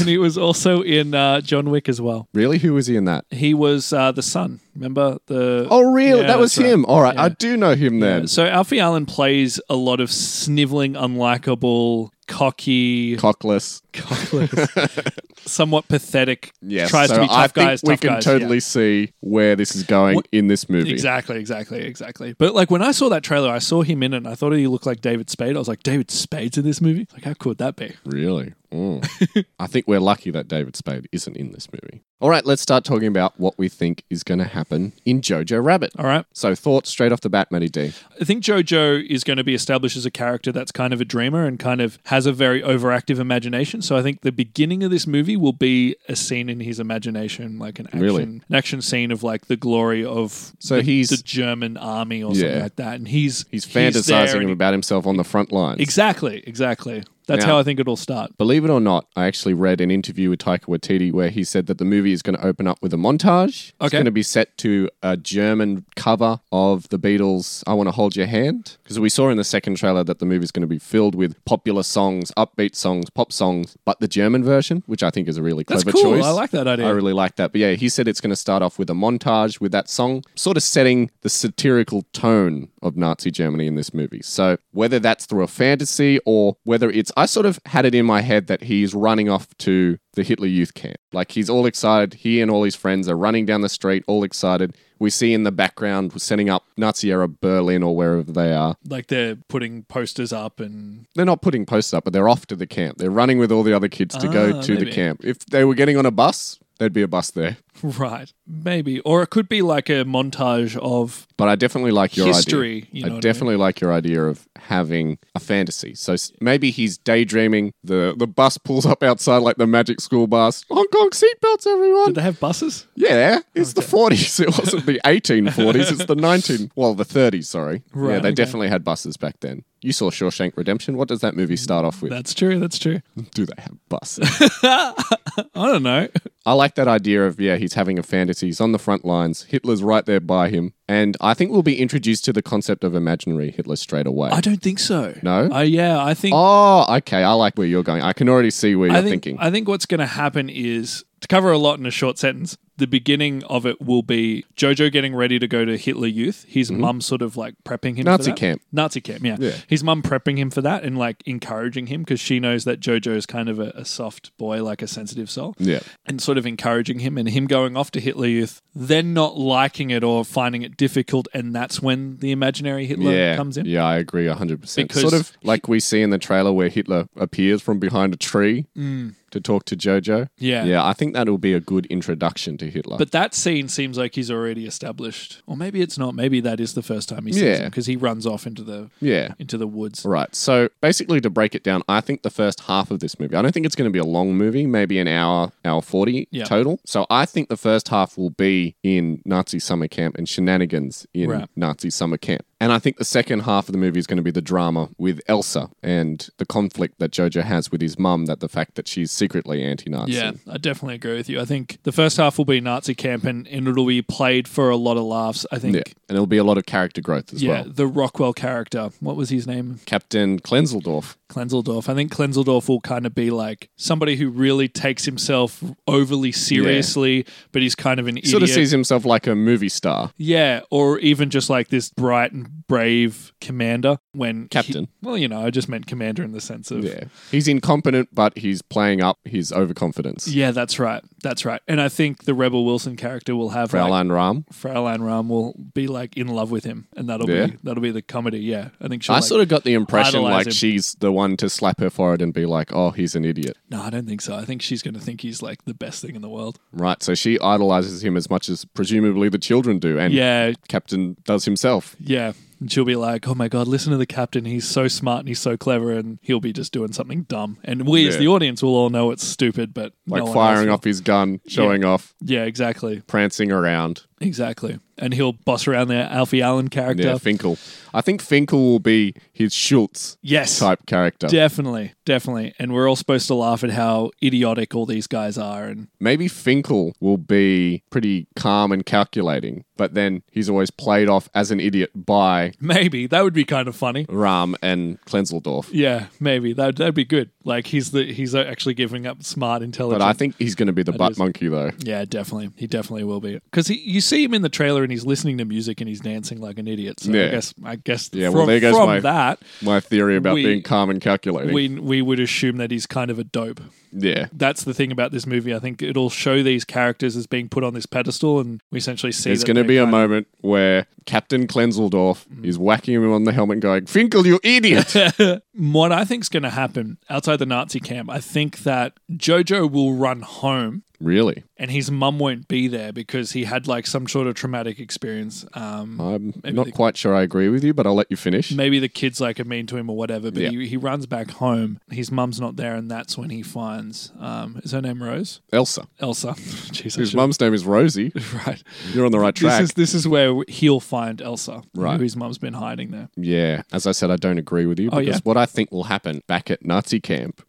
[SPEAKER 1] and he was also in uh, John Wick as well.
[SPEAKER 2] really? Who was he in that?
[SPEAKER 1] He was uh, the son. Remember the
[SPEAKER 2] Oh, really?
[SPEAKER 1] Yeah,
[SPEAKER 2] that was
[SPEAKER 1] that's right.
[SPEAKER 2] him. All right, I
[SPEAKER 1] Yeah.
[SPEAKER 2] do know him then.
[SPEAKER 1] So Alfie Allen plays a lot of sniveling, unlikable, cocky,
[SPEAKER 2] Cockless.
[SPEAKER 1] cockless, somewhat pathetic.
[SPEAKER 2] Yes.
[SPEAKER 1] tries
[SPEAKER 2] so
[SPEAKER 1] to be
[SPEAKER 2] I
[SPEAKER 1] tough
[SPEAKER 2] think
[SPEAKER 1] guys.
[SPEAKER 2] we
[SPEAKER 1] tough
[SPEAKER 2] can
[SPEAKER 1] guys.
[SPEAKER 2] totally
[SPEAKER 1] yeah.
[SPEAKER 2] see where this is going
[SPEAKER 1] What-
[SPEAKER 2] in this movie.
[SPEAKER 1] Exactly, exactly, exactly. But like when I saw that trailer, I saw him in it and I thought he looked like David Spade. I was like, David Spade's in this movie? Like, how cool would that be?
[SPEAKER 2] Really? Mm. I think we're lucky that David Spade isn't in this movie. All right, let's start talking about what we think is going to happen in Jojo Rabbit.
[SPEAKER 1] All right.
[SPEAKER 2] So, thoughts straight off the bat, Matty D.
[SPEAKER 1] I think JoJo is going to be established as a character that's kind of a dreamer and kind of has a very overactive imagination. So I think the beginning of this movie will be a scene in his imagination, like an action,
[SPEAKER 2] Really?
[SPEAKER 1] an action scene of like the glory of
[SPEAKER 2] So
[SPEAKER 1] the,
[SPEAKER 2] he's-
[SPEAKER 1] the German army or
[SPEAKER 2] Yeah.
[SPEAKER 1] something like that, and he's
[SPEAKER 2] He's
[SPEAKER 1] there
[SPEAKER 2] fantasizing
[SPEAKER 1] and he-
[SPEAKER 2] about himself on the front lines.
[SPEAKER 1] exactly, exactly. That's
[SPEAKER 2] Now-
[SPEAKER 1] how I think it'll start.
[SPEAKER 2] Believe it or not, I actually read an interview with Taika Waititi where he said that the movie is going to open up with a montage. It's
[SPEAKER 1] Okay.
[SPEAKER 2] going to be set to a German cover of the Beatles' I Want to Hold Your Hand. Because we saw in the second trailer that the movie is going to be filled with popular songs, upbeat songs, pop songs, but the German version, which I think is a really clever
[SPEAKER 1] That's cool.
[SPEAKER 2] choice.
[SPEAKER 1] I like that idea.
[SPEAKER 2] I really like that. But yeah, he said it's going to start off with a montage with that song, sort of setting the satirical tone of Nazi Germany in this movie. So whether that's through a fantasy or whether it's, I sort of had it in my head that he's running off to the Hitler Youth Camp. Like he's all excited. He and all his friends are running down the street, all excited. We see in the background setting up Nazi era Berlin or wherever they are.
[SPEAKER 1] like they're putting posters up and
[SPEAKER 2] They're not putting posters up, but they're off to the camp. They're running with all the other kids to go
[SPEAKER 1] Ah,
[SPEAKER 2] to the
[SPEAKER 1] maybe.
[SPEAKER 2] camp. If they were getting on a bus, there'd be a bus there.
[SPEAKER 1] right, maybe, or it could be like a montage of
[SPEAKER 2] But I definitely like your
[SPEAKER 1] history.
[SPEAKER 2] idea.
[SPEAKER 1] You know, what I
[SPEAKER 2] I
[SPEAKER 1] mean?
[SPEAKER 2] definitely like your idea of having a fantasy. So s- maybe he's daydreaming. The the bus pulls up outside like the magic school bus. Hong Kong seatbelts, everyone.
[SPEAKER 1] Did they have buses?
[SPEAKER 2] yeah, it's the forties. It wasn't the eighteen forties. It's the nineteen. Well, the thirties. Sorry. yeah,
[SPEAKER 1] Right,
[SPEAKER 2] they
[SPEAKER 1] okay.
[SPEAKER 2] definitely had buses back then. You saw Shawshank Redemption. What does that movie start off with?
[SPEAKER 1] That's true. That's true.
[SPEAKER 2] Do they have buses?
[SPEAKER 1] I don't know.
[SPEAKER 2] I like that idea of, yeah, he's having a fantasy. He's on the front lines. Hitler's right there by him. And I think we'll be introduced to the concept of imaginary Hitler straight away.
[SPEAKER 1] I don't think so.
[SPEAKER 2] No?
[SPEAKER 1] I yeah, I think
[SPEAKER 2] Oh, okay. I like where you're going. I can already see where
[SPEAKER 1] I
[SPEAKER 2] you're
[SPEAKER 1] think
[SPEAKER 2] thinking.
[SPEAKER 1] I think what's going to happen is to cover a lot in a short sentence. The beginning of it will be Jojo getting ready to go to Hitler Youth. His mum sort of like prepping him
[SPEAKER 2] Mm-hmm. Nazi
[SPEAKER 1] for that.
[SPEAKER 2] camp.
[SPEAKER 1] Nazi camp, yeah.
[SPEAKER 2] Yeah.
[SPEAKER 1] His mum prepping him for that and like encouraging him because she knows that Jojo is kind of a, a soft boy, like a sensitive soul.
[SPEAKER 2] yeah.
[SPEAKER 1] and sort of encouraging him and him going off to Hitler Youth, then not liking it or finding it difficult, and that's when the imaginary Hitler
[SPEAKER 2] Yeah.
[SPEAKER 1] comes in.
[SPEAKER 2] Yeah, I agree 100%.
[SPEAKER 1] Because
[SPEAKER 2] sort of like we see in the trailer where Hitler appears from behind a tree to talk to Jojo.
[SPEAKER 1] Mm. Yeah.
[SPEAKER 2] Yeah, I think that'll be a good introduction to Hitler.
[SPEAKER 1] But that scene seems like he's already established, or maybe it's not. Maybe that is the first time he sees
[SPEAKER 2] Yeah.
[SPEAKER 1] because he runs off into the
[SPEAKER 2] yeah.
[SPEAKER 1] into the woods.
[SPEAKER 2] Right. So basically, to break it down, I think the first half of this movie, I don't think it's going to be a long movie, maybe an hour, hour 40
[SPEAKER 1] Yeah.
[SPEAKER 2] total. So I think the first half will be in Nazi summer camp and shenanigans in
[SPEAKER 1] Right.
[SPEAKER 2] Nazi summer camp. And I think the second half of the movie is going to be the drama with Elsa and the conflict that Jojo has with his mum, that the fact that she's secretly anti Nazi.
[SPEAKER 1] Yeah, I definitely agree with you. I think the first half will be Nazi camp, and, and it'll be played for a lot of laughs. I think.
[SPEAKER 2] Yeah. And it'll be a lot of character growth as
[SPEAKER 1] Yeah,
[SPEAKER 2] well.
[SPEAKER 1] the Rockwell character. What was his name?
[SPEAKER 2] Captain Klenzeldorf.
[SPEAKER 1] Klenzeldorf. I think Klenzeldorf will kind of be like somebody who really takes himself overly seriously, but he's kind of an
[SPEAKER 2] Sort of
[SPEAKER 1] idiot.
[SPEAKER 2] sees himself like a movie star.
[SPEAKER 1] yeah, or even just like this bright and brave commander when he-
[SPEAKER 2] Captain.
[SPEAKER 1] well, you know, I just meant commander in the sense of
[SPEAKER 2] Yeah. He's incompetent, but he's playing up his overconfidence.
[SPEAKER 1] Yeah, that's right. That's right. And I think the Rebel Wilson character will have like
[SPEAKER 2] Fraulein Rahm.
[SPEAKER 1] Fraulein Ram will be like in love with him and that'll
[SPEAKER 2] Yeah.
[SPEAKER 1] be that'll be the comedy. Yeah. I think she'll
[SPEAKER 2] I
[SPEAKER 1] like,
[SPEAKER 2] sort of got the impression
[SPEAKER 1] idolize
[SPEAKER 2] like
[SPEAKER 1] him.
[SPEAKER 2] she's the one to slap her forehead and be like, "Oh, he's an idiot."
[SPEAKER 1] No, I don't think so. I think she's gonna think he's like the best thing in the world.
[SPEAKER 2] Right? So she idolizes him as much as presumably the children do, and
[SPEAKER 1] Yeah,
[SPEAKER 2] Captain does himself.
[SPEAKER 1] yeah. And she'll be like, oh my God, listen to the captain. He's so smart and he's so clever. And he'll be just doing something dumb. And we, as
[SPEAKER 2] Yeah.
[SPEAKER 1] the audience, will all know it's stupid, but
[SPEAKER 2] Like
[SPEAKER 1] no one
[SPEAKER 2] firing
[SPEAKER 1] else
[SPEAKER 2] off his gun, showing off,
[SPEAKER 1] will. Yeah, exactly.
[SPEAKER 2] prancing around.
[SPEAKER 1] Exactly. And he'll boss around their Alfie Allen character.
[SPEAKER 2] Yeah, Finkel. I think Finkel will be his Schultz
[SPEAKER 1] yes.
[SPEAKER 2] type character.
[SPEAKER 1] Definitely, definitely. And we're all supposed to laugh at how idiotic all these guys are. And
[SPEAKER 2] Maybe Finkel will be pretty calm and calculating, but then he's always played off as an idiot by
[SPEAKER 1] maybe that would be kind of funny.
[SPEAKER 2] Rahm and Klenzeldorf.
[SPEAKER 1] Yeah, maybe that that'd be good. Like he's the he's actually giving up smart intelligence.
[SPEAKER 2] But I think he's going to be the butt
[SPEAKER 1] is-
[SPEAKER 2] monkey, though.
[SPEAKER 1] yeah, definitely. He definitely will be because you see him in the trailer and he's listening to music and he's dancing like an idiot. So I
[SPEAKER 2] Yeah.
[SPEAKER 1] guess I guess
[SPEAKER 2] Yeah,
[SPEAKER 1] from,
[SPEAKER 2] well, there goes
[SPEAKER 1] from
[SPEAKER 2] my-
[SPEAKER 1] that
[SPEAKER 2] My theory about
[SPEAKER 1] We-
[SPEAKER 2] being calm and calculating.
[SPEAKER 1] we we would assume that he's kind of a dope.
[SPEAKER 2] yeah.
[SPEAKER 1] That's the thing about this movie. I think it'll show these characters as being put on this pedestal, and we essentially see
[SPEAKER 2] There's
[SPEAKER 1] that
[SPEAKER 2] going to
[SPEAKER 1] they're Mm.
[SPEAKER 2] be a
[SPEAKER 1] kind of-
[SPEAKER 2] moment where Captain Klenzeldorf is whacking him on the helmet, going, Finkel, you idiot!
[SPEAKER 1] what I think's going to happen outside the Nazi camp, I think that Jojo will run home
[SPEAKER 2] really?
[SPEAKER 1] and his mum won't be there because he had like some sort of traumatic experience. Um,
[SPEAKER 2] I'm not quite sure I agree with you, but I'll let you finish.
[SPEAKER 1] maybe the kids like are mean to him or whatever, but
[SPEAKER 2] Yeah.
[SPEAKER 1] he, he runs back home. His mum's not there, and that's when he finds um, is her name Rose
[SPEAKER 2] Elsa,
[SPEAKER 1] Elsa. Jeez, I
[SPEAKER 2] whose
[SPEAKER 1] should-
[SPEAKER 2] mum's name is Rosie.
[SPEAKER 1] right.
[SPEAKER 2] You're on the right track.
[SPEAKER 1] This is this is where he'll find Elsa,
[SPEAKER 2] Right.
[SPEAKER 1] who his mum's been hiding there.
[SPEAKER 2] Yeah, as I said, I don't agree with you
[SPEAKER 1] Oh,
[SPEAKER 2] because
[SPEAKER 1] yeah?
[SPEAKER 2] what I think will happen back at Nazi camp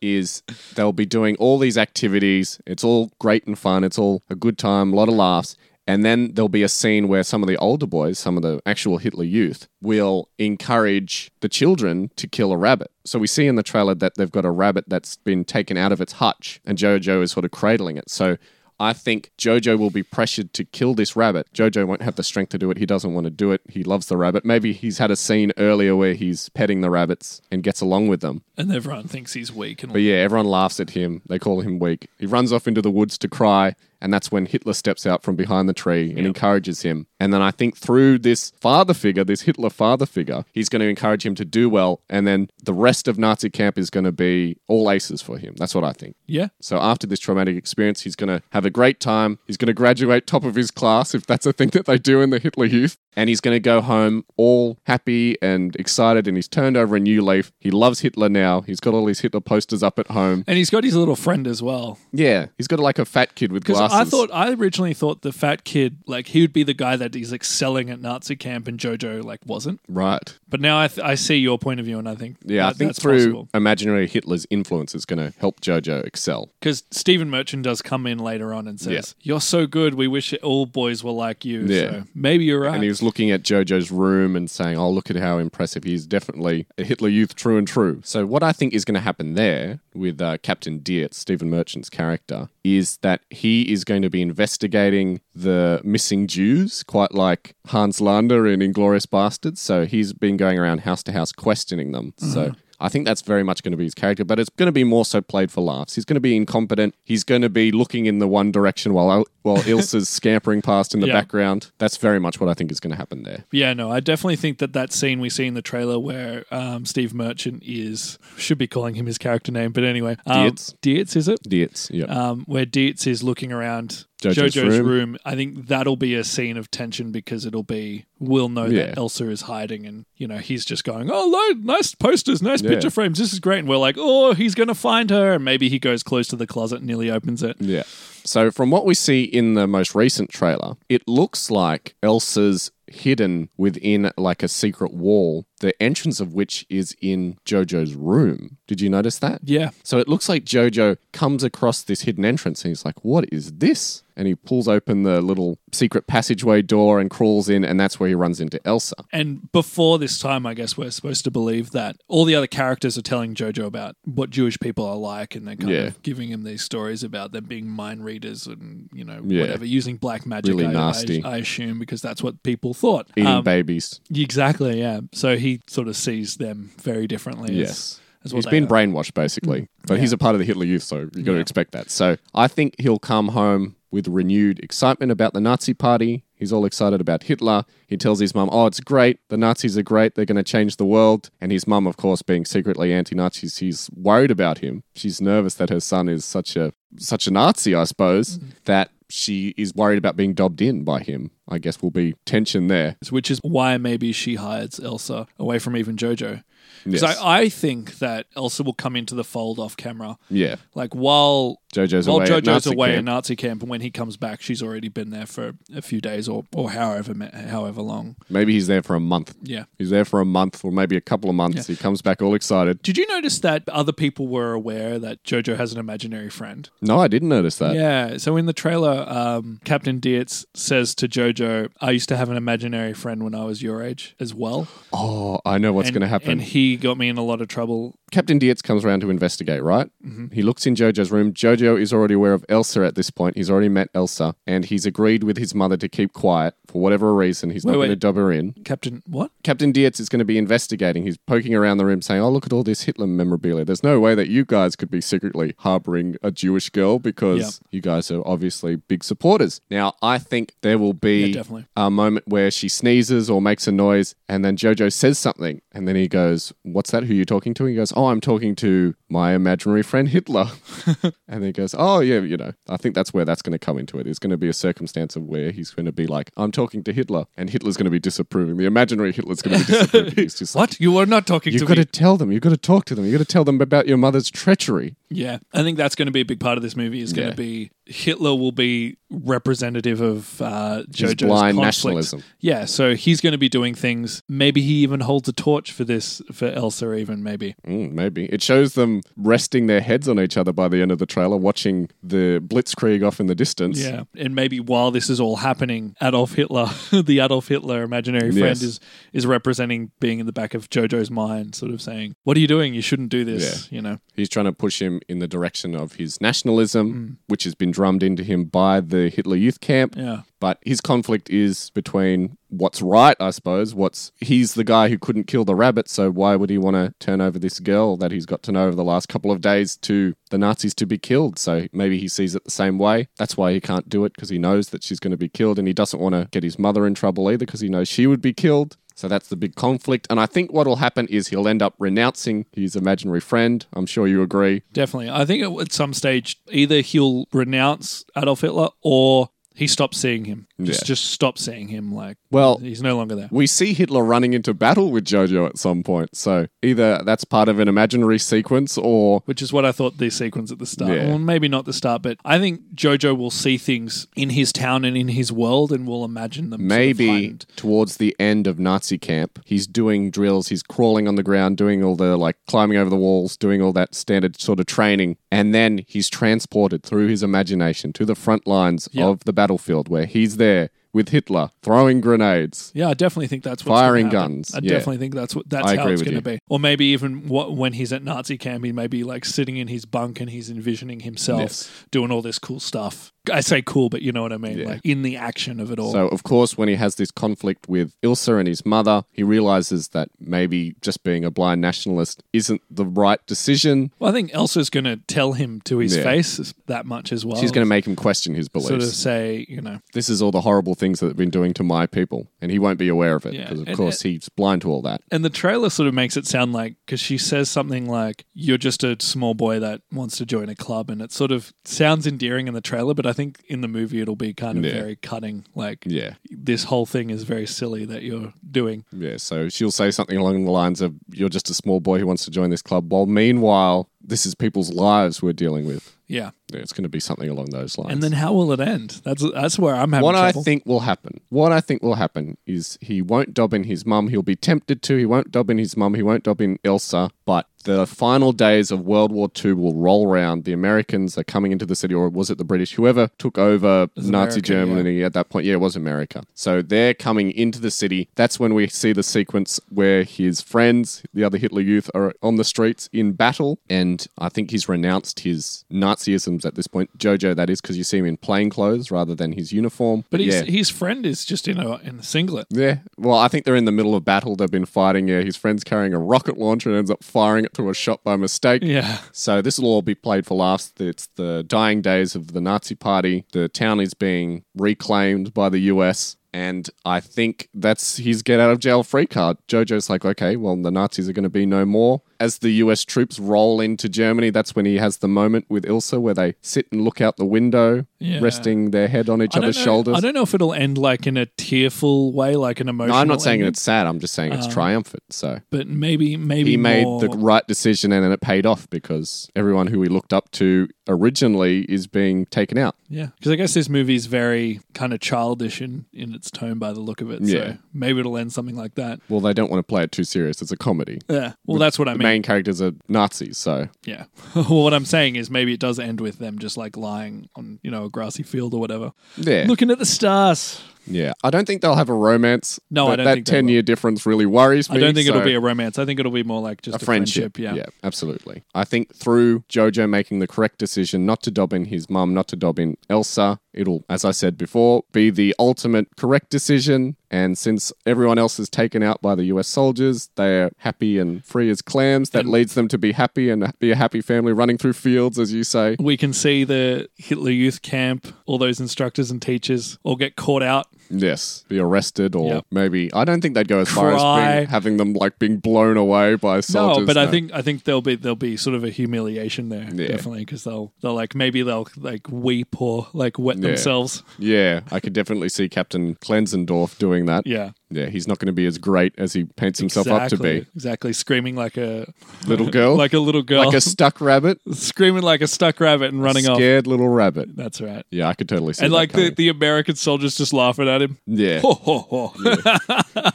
[SPEAKER 2] is they'll be doing all these activities. It's all great and fun. It's all a good time, a lot of laughs. And then there'll be a scene where some of the older boys, some of the actual Hitler youth, will encourage the children to kill a rabbit. So we see in the trailer that they've got a rabbit that's been taken out of its hutch and Jojo is sort of cradling it. So I think Jojo will be pressured to kill this rabbit. Jojo won't have the strength to do it. He doesn't want to do it. He loves the rabbit. Maybe he's had a scene earlier where he's petting the rabbits and gets along with them.
[SPEAKER 1] And everyone thinks he's weak and
[SPEAKER 2] But yeah, everyone laughs at him. They call him weak. He runs off into the woods to cry, and that's when Hitler steps out from behind the tree and encourages him. And then I think through this father figure, this Hitler father figure, he's going to encourage him to do well. And then the rest of Nazi camp is going to be all aces for him. That's what I think.
[SPEAKER 1] yeah,
[SPEAKER 2] So after this traumatic experience, he's going to have a great time. He's going to graduate top of his class, if that's a thing that they do in the Hitler Youth. And he's going to go home all happy and excited, and he's turned over a new leaf. He loves Hitler now. He's got all these Hitler posters up at home.
[SPEAKER 1] and he's got his little friend as well.
[SPEAKER 2] Yeah, he's got like a fat kid with
[SPEAKER 1] Because
[SPEAKER 2] glasses.
[SPEAKER 1] I thought I originally thought the fat kid like he would be the guy that is excelling at Nazi camp and Jojo like wasn't.
[SPEAKER 2] right.
[SPEAKER 1] But now I, th- I see your point of view and I think
[SPEAKER 2] Yeah, I
[SPEAKER 1] that-
[SPEAKER 2] think
[SPEAKER 1] that's
[SPEAKER 2] through
[SPEAKER 1] possible.
[SPEAKER 2] imaginary Hitler's influence, it's going to help Jojo excel.
[SPEAKER 1] because Stephen Merchant does come in later on and says
[SPEAKER 2] Yeah.
[SPEAKER 1] you're so good. We wish it- all boys were like you.
[SPEAKER 2] Yeah.
[SPEAKER 1] So maybe you're right.
[SPEAKER 2] And he was looking at Jojo's room and saying, Oh, look at how impressive he is. Definitely a Hitler youth, true and true. So, what I think is going to happen there with uh, Captain Deert, Stephen Merchant's character, is that he is going to be investigating the missing Jews, quite like Hans Lander in Inglorious Bastards. So, he's been going around house to house questioning them. So, I think that's very much going to be his character, but it's going to be more so played for laughs. He's going to be incompetent. He's going to be looking in the one direction while while Ilsa's scampering past in the
[SPEAKER 1] Yeah.
[SPEAKER 2] background. That's very much what I think is going to happen there.
[SPEAKER 1] yeah, no, I definitely think that that scene we see in the trailer where um, Steve Merchant is should be calling him his character name, but anyway, um,
[SPEAKER 2] Dietz.
[SPEAKER 1] Dietz is it?
[SPEAKER 2] Dietz, yeah,
[SPEAKER 1] um, where Dietz is looking around
[SPEAKER 2] Jojo's
[SPEAKER 1] Jojo's,
[SPEAKER 2] room.
[SPEAKER 1] room. I think that'll be a scene of tension because it'll be we'll know
[SPEAKER 2] Yeah.
[SPEAKER 1] that Elsa is hiding, and you know he's just going, "Oh, lo- nice posters, nice
[SPEAKER 2] Yeah.
[SPEAKER 1] picture frames. This is great." And we're like, "Oh, he's going to find her," and maybe he goes close to the closet and nearly opens it.
[SPEAKER 2] yeah. So from what we see in the most recent trailer, it looks like Elsa's hidden within like a secret wall, the entrance of which is in Jojo's room. Did you notice that?
[SPEAKER 1] Yeah,
[SPEAKER 2] So it looks like Jojo comes across this hidden entrance and he's like, What is this? And he pulls open the little secret passageway door and crawls in, and that's where he runs into Elsa.
[SPEAKER 1] and before this time, I guess we're supposed to believe that all the other characters are telling Jojo about what Jewish people are like, and they're kind
[SPEAKER 2] Yeah.
[SPEAKER 1] of giving him these stories about them being mind readers and you know
[SPEAKER 2] Yeah.
[SPEAKER 1] whatever using black magic.
[SPEAKER 2] Really
[SPEAKER 1] I- I-
[SPEAKER 2] nasty.
[SPEAKER 1] I, assume because that's what people thought.
[SPEAKER 2] Eating
[SPEAKER 1] Um,
[SPEAKER 2] babies.
[SPEAKER 1] Exactly, yeah. So he sort of sees them very differently.
[SPEAKER 2] Yes.
[SPEAKER 1] As, as what
[SPEAKER 2] He's
[SPEAKER 1] they
[SPEAKER 2] been
[SPEAKER 1] are. Mm.
[SPEAKER 2] brainwashed basically, but he's a part of the Hitler Youth, so you got to expect that. So I think he'll come home with renewed excitement about the Nazi Party. He's all excited about Hitler. He tells his mum, "Oh, it's great. The Nazis are great. They're going to change the world." And his mum, of course, being secretly anti-Nazi, she's
[SPEAKER 1] Mm-hmm.
[SPEAKER 2] worried about him. She's nervous that her son is such a such a Nazi, I suppose, that she is worried about being dobbed in by him. I guess will be tension there.
[SPEAKER 1] which is why maybe she hides Elsa away from even JoJo. Because
[SPEAKER 2] Yes.
[SPEAKER 1] I, I think that Elsa will come into the fold off camera.
[SPEAKER 2] Yeah.
[SPEAKER 1] Like while
[SPEAKER 2] Jojo's
[SPEAKER 1] while
[SPEAKER 2] away. at
[SPEAKER 1] JoJo's
[SPEAKER 2] Nazi
[SPEAKER 1] away
[SPEAKER 2] camp.
[SPEAKER 1] in Nazi camp, and when he comes back, she's already been there for a few days or, or however ma- however long.
[SPEAKER 2] Maybe he's there for a month.
[SPEAKER 1] Yeah.
[SPEAKER 2] He's there for a month or maybe a couple of months. He comes back all excited.
[SPEAKER 1] Did you notice that other people were aware that JoJo has an imaginary friend?
[SPEAKER 2] No, I didn't notice that.
[SPEAKER 1] Yeah. So in the trailer, um, Captain Dietz says to JoJo, "I used to have an imaginary friend when I was your age as well,
[SPEAKER 2] Oh, I know what's
[SPEAKER 1] And-
[SPEAKER 2] going to happen.
[SPEAKER 1] and he got me in a lot of trouble."
[SPEAKER 2] Captain Dietz comes around to investigate, right?
[SPEAKER 1] Mm-hmm.
[SPEAKER 2] He looks in Jojo's room. Jojo is already aware of Elsa at this point. He's already met Elsa and he's agreed with his mother to keep quiet for whatever reason. He's
[SPEAKER 1] Wait,
[SPEAKER 2] not
[SPEAKER 1] wait.
[SPEAKER 2] going to dub her in.
[SPEAKER 1] Captain, what?
[SPEAKER 2] Captain Dietz is going to be investigating. He's poking around the room saying, Oh, look at all this Hitler memorabilia. There's no way that you guys could be secretly harboring a Jewish girl because
[SPEAKER 1] Yep.
[SPEAKER 2] you guys are obviously big supporters. Now, I think there will be
[SPEAKER 1] Yeah, definitely.
[SPEAKER 2] a moment where she sneezes or makes a noise, and then JoJo says something. And then he goes, What's that? Who you talking to? He goes, Oh, I'm talking to my imaginary friend Hitler. and then he goes, Oh, yeah, you know, I think that's where that's going to come into it. There's going to be a circumstance of where he's going to be like, I'm talking to Hitler. And Hitler's going to be disapproving. The imaginary Hitler's going to be disapproving. He's just like,
[SPEAKER 1] What? You are not talking
[SPEAKER 2] You've
[SPEAKER 1] to
[SPEAKER 2] got
[SPEAKER 1] me.
[SPEAKER 2] to tell them. You've got to talk to them. You've got to tell them about your mother's treachery.
[SPEAKER 1] Yeah, I think that's going to be a big part of this movie. Is going
[SPEAKER 2] Yeah.
[SPEAKER 1] to be Hitler will be representative of uh, JoJo's conflict.
[SPEAKER 2] blind nationalism.
[SPEAKER 1] Yeah, so he's going to be doing things. Maybe he even holds a torch for this for Elsa. Even maybe.
[SPEAKER 2] Mm, maybe. It shows them resting their heads on each other by the end of the trailer, watching the blitzkrieg off in the distance.
[SPEAKER 1] Yeah, and maybe while this is all happening, Adolf Hitler, the Adolf Hitler imaginary friend,
[SPEAKER 2] Yes.
[SPEAKER 1] is is representing being in the back of JoJo's mind, sort of saying, "What are you doing? You shouldn't do this." You know,
[SPEAKER 2] He's trying to push him in the direction of his nationalism, which has been drummed into him by the Hitler youth camp.
[SPEAKER 1] yeah,
[SPEAKER 2] But his conflict is between what's right, I suppose. What's he's the guy who couldn't kill the rabbit, so why would he want to turn over this girl that he's got to know over the last couple of days to the Nazis to be killed? So maybe he sees it the same way. That's why he can't do it because he knows that she's going to be killed, and he doesn't want to get his mother in trouble either because he knows she would be killed. So that's the big conflict. And I think what'll happen is he'll end up renouncing his imaginary friend. I'm sure you agree.
[SPEAKER 1] definitely. I think at- at some stage, either he'll renounce Adolf Hitler or he stops seeing him. Just
[SPEAKER 2] Yeah.
[SPEAKER 1] just stop seeing him. Like
[SPEAKER 2] Well,
[SPEAKER 1] he's no longer there.
[SPEAKER 2] We see Hitler running into battle with Jojo at some point. So either that's part of an imaginary sequence or.
[SPEAKER 1] Which is what I thought the sequence at the start.
[SPEAKER 2] Yeah.
[SPEAKER 1] Well, maybe not the start, but I think Jojo will see things in his town and in his world, and will imagine them. sort of
[SPEAKER 2] Maybe
[SPEAKER 1] heightened.
[SPEAKER 2] towards the end of Nazi camp, he's doing drills, he's crawling on the ground, doing all the like climbing over the walls, doing all that standard sort of training. And then he's transported through his imagination to the front lines
[SPEAKER 1] Yeah.
[SPEAKER 2] of the battlefield where he's there with Hitler throwing grenades.
[SPEAKER 1] Yeah, I definitely think that's what's gonna
[SPEAKER 2] Firing
[SPEAKER 1] happen.
[SPEAKER 2] guns,
[SPEAKER 1] I
[SPEAKER 2] yeah.
[SPEAKER 1] definitely think that's what that's
[SPEAKER 2] I
[SPEAKER 1] how
[SPEAKER 2] agree
[SPEAKER 1] it's
[SPEAKER 2] with
[SPEAKER 1] going to
[SPEAKER 2] you.
[SPEAKER 1] be. Or maybe even what, when he's at Nazi camp, he may be like sitting in his bunk and he's envisioning himself
[SPEAKER 2] Yes.
[SPEAKER 1] doing all this cool stuff. I say cool, but you know what I mean, like in the action of it all.
[SPEAKER 2] So, of course, when he has this conflict with Ilsa and his mother, he realizes that maybe just being a blind nationalist isn't the right decision.
[SPEAKER 1] well, I think Elsa's going to tell him to his
[SPEAKER 2] Yeah.
[SPEAKER 1] face that much as well.
[SPEAKER 2] She's going to make him question his beliefs.
[SPEAKER 1] sort of say, you know,
[SPEAKER 2] This is all the horrible things that have been doing to my people, and he won't be aware of it
[SPEAKER 1] Yeah,
[SPEAKER 2] because, of
[SPEAKER 1] and-
[SPEAKER 2] course, he's blind to all that.
[SPEAKER 1] and the trailer sort of makes it sound like because she says something like you're just a small boy that wants to join a club and it sort of sounds endearing in the trailer but i think in the movie it'll be kind of
[SPEAKER 2] Yeah.
[SPEAKER 1] very cutting like
[SPEAKER 2] Yeah,
[SPEAKER 1] this whole thing is very silly that you're doing
[SPEAKER 2] yeah. So she'll say something along the lines of, "You're just a small boy who wants to join this club," while meanwhile, this is people's lives we're dealing with.
[SPEAKER 1] yeah
[SPEAKER 2] Yeah, it's going to be something along those lines.
[SPEAKER 1] and then how will it end that's that's where i'm having
[SPEAKER 2] What
[SPEAKER 1] trouble
[SPEAKER 2] I think will happen, what I think will happen is he won't dob in his mum. He'll be tempted to. He won't dob in his mum. He won't dob in Elsa. But the final days of World War II will roll round. The Americans are coming into the city, or was it the British? Whoever took over Nazi
[SPEAKER 1] America,
[SPEAKER 2] Germany at that point. Yeah, it was America. So they're coming into the city. That's when we see the sequence where his friends, the other Hitler youth, are on the streets in battle. And I think he's renounced his Nazisms at this point. Jojo, that is, because you see him in plain clothes rather than his uniform.
[SPEAKER 1] but his,
[SPEAKER 2] yeah.
[SPEAKER 1] his friend is just in a in a singlet
[SPEAKER 2] Yeah. Well, I think they're in the middle of battle. They've been fighting. Yeah, his friend's carrying a rocket launcher and ends up firing it through a shot by mistake.
[SPEAKER 1] yeah
[SPEAKER 2] So this will all be played for laughs. It's the dying days of the Nazi Party. The town is being reclaimed by the US. And I think that's his get out of jail free card. Jojo's like, okay, well, the Nazis are going to be no more. as the US troops roll into Germany, that's when he has the moment with Ilsa where they sit and look out the window,
[SPEAKER 1] Yeah.
[SPEAKER 2] resting their head on
[SPEAKER 1] I
[SPEAKER 2] each
[SPEAKER 1] don't
[SPEAKER 2] other's
[SPEAKER 1] know-
[SPEAKER 2] shoulders.
[SPEAKER 1] I don't know if it'll end like in a tearful way, like an emotional.
[SPEAKER 2] No, I'm not saying
[SPEAKER 1] ending,
[SPEAKER 2] it's sad. I'm just saying it's
[SPEAKER 1] Um,
[SPEAKER 2] triumphant. So
[SPEAKER 1] but maybe maybe
[SPEAKER 2] he made
[SPEAKER 1] more-
[SPEAKER 2] the right decision and then it paid off because everyone who he looked up to originally is being taken out.
[SPEAKER 1] Yeah, because I guess this movie is very kind of childish in, in its tone by the look of it.
[SPEAKER 2] Yeah.
[SPEAKER 1] So maybe it'll end something like that.
[SPEAKER 2] Well, they don't want to play it too serious. It's a comedy.
[SPEAKER 1] Yeah. Well, that's what I
[SPEAKER 2] The
[SPEAKER 1] mean.
[SPEAKER 2] main characters are Nazis, so
[SPEAKER 1] yeah. well, what I'm saying is maybe it does end with them just like lying on you know a grassy field or whatever,
[SPEAKER 2] yeah,
[SPEAKER 1] looking at the stars.
[SPEAKER 2] yeah. I don't think they'll have a romance.
[SPEAKER 1] No, I
[SPEAKER 2] That-
[SPEAKER 1] don't
[SPEAKER 2] That
[SPEAKER 1] think they
[SPEAKER 2] ten-year difference really worries me.
[SPEAKER 1] I don't think it'll
[SPEAKER 2] so-
[SPEAKER 1] be a romance. I think it'll be more like just a, friendship. Yeah.
[SPEAKER 2] absolutely. I think through Jojo making the correct decision not to dob in his mum, not to dob in Elsa, it'll, as I said before, be the ultimate correct decision. And since everyone else is taken out by the US soldiers, they're happy and free as clams. That leads them to be happy and be a happy family running through fields, as you say.
[SPEAKER 1] We can see the Hitler Youth Camp, all those instructors and teachers all get caught out.
[SPEAKER 2] Yes, be arrested or
[SPEAKER 1] Yep.
[SPEAKER 2] maybe. I don't think they'd go as far as
[SPEAKER 1] Cry.
[SPEAKER 2] being, having them like being blown away by soldiers.
[SPEAKER 1] no, but I think I think there'll be there'll be sort of a humiliation there, definitely, definitely, because they'll they'll like maybe they'll like weep or like wet themselves.
[SPEAKER 2] Yeah, I could definitely see Captain Klensendorf doing that.
[SPEAKER 1] Yeah.
[SPEAKER 2] Yeah, he's not going to be as great as he paints himself up to
[SPEAKER 1] Exactly.
[SPEAKER 2] be.
[SPEAKER 1] Exactly. Screaming like a
[SPEAKER 2] Little girl, like,
[SPEAKER 1] like a little girl.
[SPEAKER 2] a stuck rabbit,
[SPEAKER 1] screaming like a stuck rabbit and running off.
[SPEAKER 2] scared little rabbit.
[SPEAKER 1] That's right.
[SPEAKER 2] Yeah, I could totally see.
[SPEAKER 1] And
[SPEAKER 2] that
[SPEAKER 1] like the,
[SPEAKER 2] coming.
[SPEAKER 1] the American soldiers just laughing at him.
[SPEAKER 2] yeah,
[SPEAKER 1] Ho ho ho.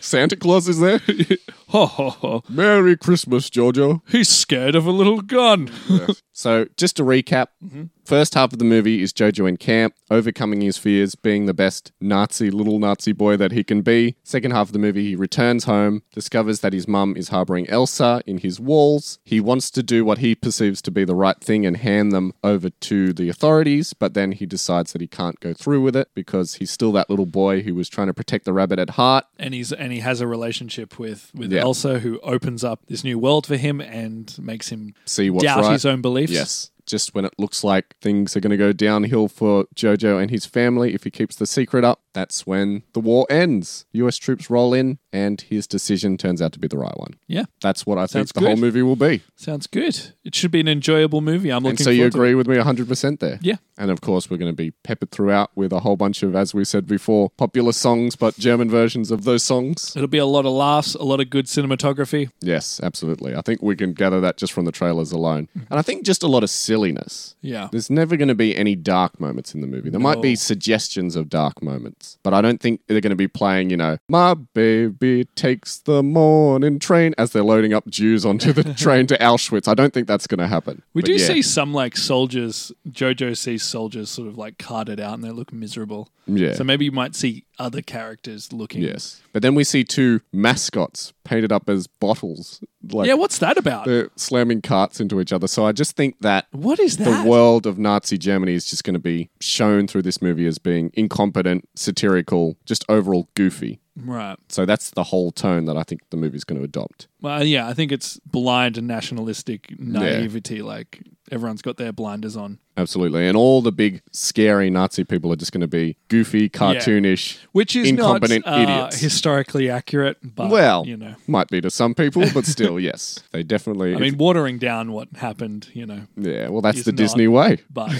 [SPEAKER 2] Santa Claus is there.
[SPEAKER 1] ho ho ho.
[SPEAKER 2] Merry Christmas, Jojo.
[SPEAKER 1] He's scared of a little gun.
[SPEAKER 2] so, just to recap,
[SPEAKER 1] Mm-hmm.
[SPEAKER 2] first half of the movie is Jojo in camp, overcoming his fears, being the best Nazi little Nazi boy that he can be. Second half of the movie, he returns home, discovers that his mum is harboring Elsa in his walls. He wants to do what he perceives to be the right thing and hand them over to the authorities, but then he decides that he can't go through with it because he's still that little boy who was trying to protect the rabbit at heart.
[SPEAKER 1] and he's and he has a relationship with with
[SPEAKER 2] Yeah.
[SPEAKER 1] Elsa who opens up this new world for him and makes him
[SPEAKER 2] See what's
[SPEAKER 1] doubt
[SPEAKER 2] right.
[SPEAKER 1] his own beliefs.
[SPEAKER 2] Yes. Just when it looks like things are going to go downhill for Jojo and his family, if he keeps the secret up, that's when the war ends. US troops roll in, and his decision turns out to be the right one.
[SPEAKER 1] Yeah.
[SPEAKER 2] That's what I think
[SPEAKER 1] Sounds
[SPEAKER 2] the whole
[SPEAKER 1] good.
[SPEAKER 2] movie will be.
[SPEAKER 1] Sounds good. It should be an enjoyable movie. I'm looking
[SPEAKER 2] And so you
[SPEAKER 1] forward to it.
[SPEAKER 2] agree with me 100% there?
[SPEAKER 1] Yeah.
[SPEAKER 2] And of course, we're going to be peppered throughout with a whole bunch of, as we said before, popular songs, but German versions of those songs.
[SPEAKER 1] It'll be a lot of laughs, a lot of good cinematography.
[SPEAKER 2] Yes, absolutely. I think we can gather that just from the trailers alone.
[SPEAKER 1] Mm-hmm.
[SPEAKER 2] And I think just a lot of silliness.
[SPEAKER 1] Yeah.
[SPEAKER 2] There's never going to be any dark moments in the movie. There might be
[SPEAKER 1] No.
[SPEAKER 2] suggestions of dark moments, but I don't think they're going to be playing, you know, my baby takes the morning train as they're loading up Jews onto the train to Auschwitz. I don't think that's going to happen.
[SPEAKER 1] We
[SPEAKER 2] But
[SPEAKER 1] do
[SPEAKER 2] yeah.
[SPEAKER 1] see some like soldiers. Jojo sees soldiers sort of like carted out and they look miserable.
[SPEAKER 2] Yeah.
[SPEAKER 1] So maybe you might see other characters looking.
[SPEAKER 2] Yes. But then we see two mascots painted up as bottles, like
[SPEAKER 1] Yeah. What's that about?
[SPEAKER 2] they're slamming carts into each other. So I just think that
[SPEAKER 1] what is
[SPEAKER 2] the
[SPEAKER 1] that?
[SPEAKER 2] world of Nazi Germany is just going to be shown through this movie as being incompetent, satirical, just overall goofy.
[SPEAKER 1] right.
[SPEAKER 2] So that's the whole tone that I think the movie's going to adopt.
[SPEAKER 1] Well, uh, yeah. I think it's blind and nationalistic naivety. Like everyone's got their blinders on.
[SPEAKER 2] Absolutely. And all the big, scary Nazi people are just going to be goofy, cartoonish.
[SPEAKER 1] which is
[SPEAKER 2] Incompetent
[SPEAKER 1] not uh,
[SPEAKER 2] idiots.
[SPEAKER 1] historically accurate. But
[SPEAKER 2] Well,
[SPEAKER 1] you know,
[SPEAKER 2] might be to some people, but still, yes. They definitely.
[SPEAKER 1] I mean, watering down what happened, you know.
[SPEAKER 2] yeah, well, that's
[SPEAKER 1] it's
[SPEAKER 2] the
[SPEAKER 1] not.
[SPEAKER 2] Disney way.
[SPEAKER 1] But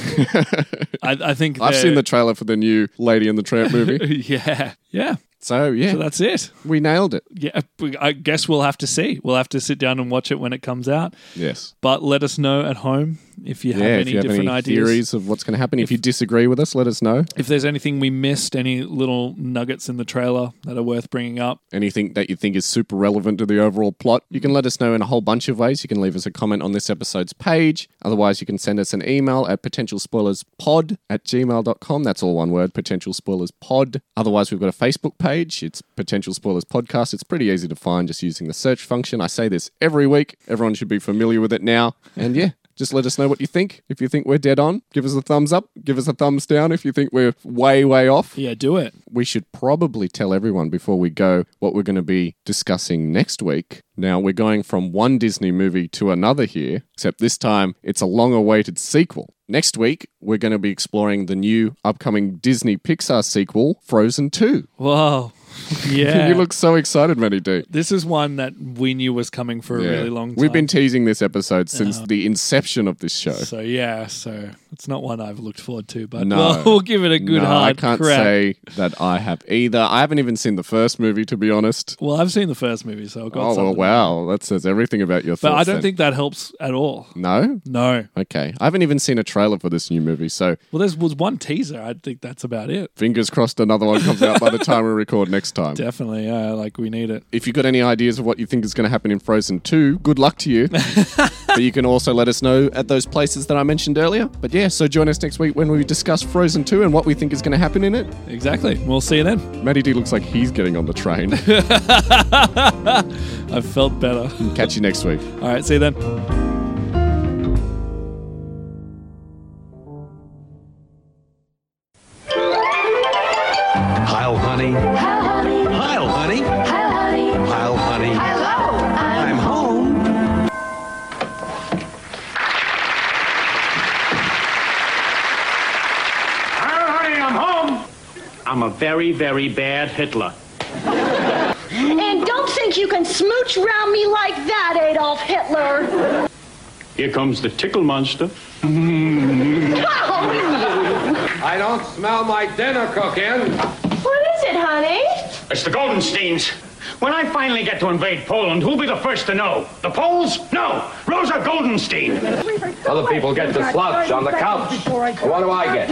[SPEAKER 1] I, I think
[SPEAKER 2] I've
[SPEAKER 1] they're-
[SPEAKER 2] seen the trailer for the new Lady and the Tramp movie.
[SPEAKER 1] yeah, yeah.
[SPEAKER 2] So, yeah,
[SPEAKER 1] So that's it.
[SPEAKER 2] we nailed it.
[SPEAKER 1] Yeah, we- I guess we'll have to see. We'll have to sit down and watch it when it comes out.
[SPEAKER 2] Yes.
[SPEAKER 1] But let us know at home if you have
[SPEAKER 2] Yeah,
[SPEAKER 1] any
[SPEAKER 2] if you have
[SPEAKER 1] different
[SPEAKER 2] any
[SPEAKER 1] ideas.
[SPEAKER 2] theories of what's going to happen, if you disagree with us, let us know.
[SPEAKER 1] If there's anything we missed, any little nuggets in the trailer that are worth bringing up.
[SPEAKER 2] anything that you think is super relevant to the overall plot, you can let us know in a whole bunch of ways. You can leave us a comment on this episode's page. Otherwise, you can send us an email at potentialspoilerspod at gmail.com. That's all one word, potential spoilers pod. Otherwise, we've got a Facebook page. It's Potential Spoilers Podcast. It's pretty easy to find just using the search function. I say this every week. Everyone should be familiar with it now. And yeah. Just let us know what you think. If you think we're dead on, give us a thumbs up. Give us a thumbs down if you think we're way, way off
[SPEAKER 1] Yeah, do it.
[SPEAKER 2] we should probably tell everyone before we go what we're going to be discussing next week. Now, we're going from one Disney movie to another here, except this time it's a long awaited sequel. Next week, we're going to be exploring the new upcoming Disney Pixar sequel, Frozen 2.
[SPEAKER 1] Whoa. Yeah.
[SPEAKER 2] you look so excited, Matty D.
[SPEAKER 1] this is one that we knew was coming for a
[SPEAKER 2] Yeah.
[SPEAKER 1] really long time. Uh-huh.
[SPEAKER 2] We've been teasing this episode since the inception of this show.
[SPEAKER 1] So yeah, so it's not one I've looked forward to, but
[SPEAKER 2] No.
[SPEAKER 1] we'll, we'll give it a good
[SPEAKER 2] no,
[SPEAKER 1] hard
[SPEAKER 2] I can't
[SPEAKER 1] crack.
[SPEAKER 2] say that I have either. I haven't even seen the first movie, to be honest.
[SPEAKER 1] Well, I've seen the first movie, so I've got
[SPEAKER 2] Oh well,
[SPEAKER 1] something.
[SPEAKER 2] wow, that says everything about your
[SPEAKER 1] But
[SPEAKER 2] thoughts.
[SPEAKER 1] I don't
[SPEAKER 2] then.
[SPEAKER 1] think that helps at all.
[SPEAKER 2] no.
[SPEAKER 1] No.
[SPEAKER 2] Okay, I haven't even seen a trailer for this new movie, so
[SPEAKER 1] Well, there was one teaser. I think that's about it.
[SPEAKER 2] fingers crossed another one comes out by the time we record next time.
[SPEAKER 1] Definitely. Yeah, like we need it.
[SPEAKER 2] If you've got any ideas of what you think is going to happen in Frozen 2, good luck to you. but you can also let us know at those places that I mentioned earlier. But yeah, so join us next week when we discuss Frozen 2 and what we think is going to happen in it.
[SPEAKER 1] Exactly. We'll see you then.
[SPEAKER 2] Matty D looks like he's getting on the train.
[SPEAKER 1] I felt better.
[SPEAKER 2] Catch you next week.
[SPEAKER 1] All right, see you then.
[SPEAKER 3] Heil, honey. Heil, honey. Heil, honey. I'm home.
[SPEAKER 4] All right, I'm home.
[SPEAKER 5] I'm a very, very bad Hitler.
[SPEAKER 6] And don't think you can smooch round me like that, Adolf Hitler.
[SPEAKER 5] Here comes the tickle monster.
[SPEAKER 4] I don't smell my dinner cooking.
[SPEAKER 6] What is it, honey?
[SPEAKER 5] It's the Goldensteins. When I finally get to invade Poland, who'll be the first to know? The Poles? No, Rosa Goldenstein.
[SPEAKER 4] Other people get the slouch on the couch. What do I get?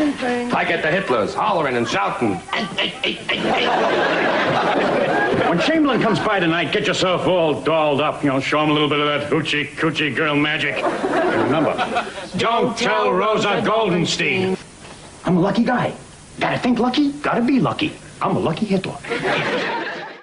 [SPEAKER 4] I get the Hitlers hollering and shouting.
[SPEAKER 5] When Chamberlain comes by tonight, get yourself all dolled up. You know, show him a little bit of that hoochie coochie girl magic. And remember, don't tell Rosa Goldenstein. I'm a lucky guy. Gotta think lucky, gotta be lucky. I'm a lucky Hitler.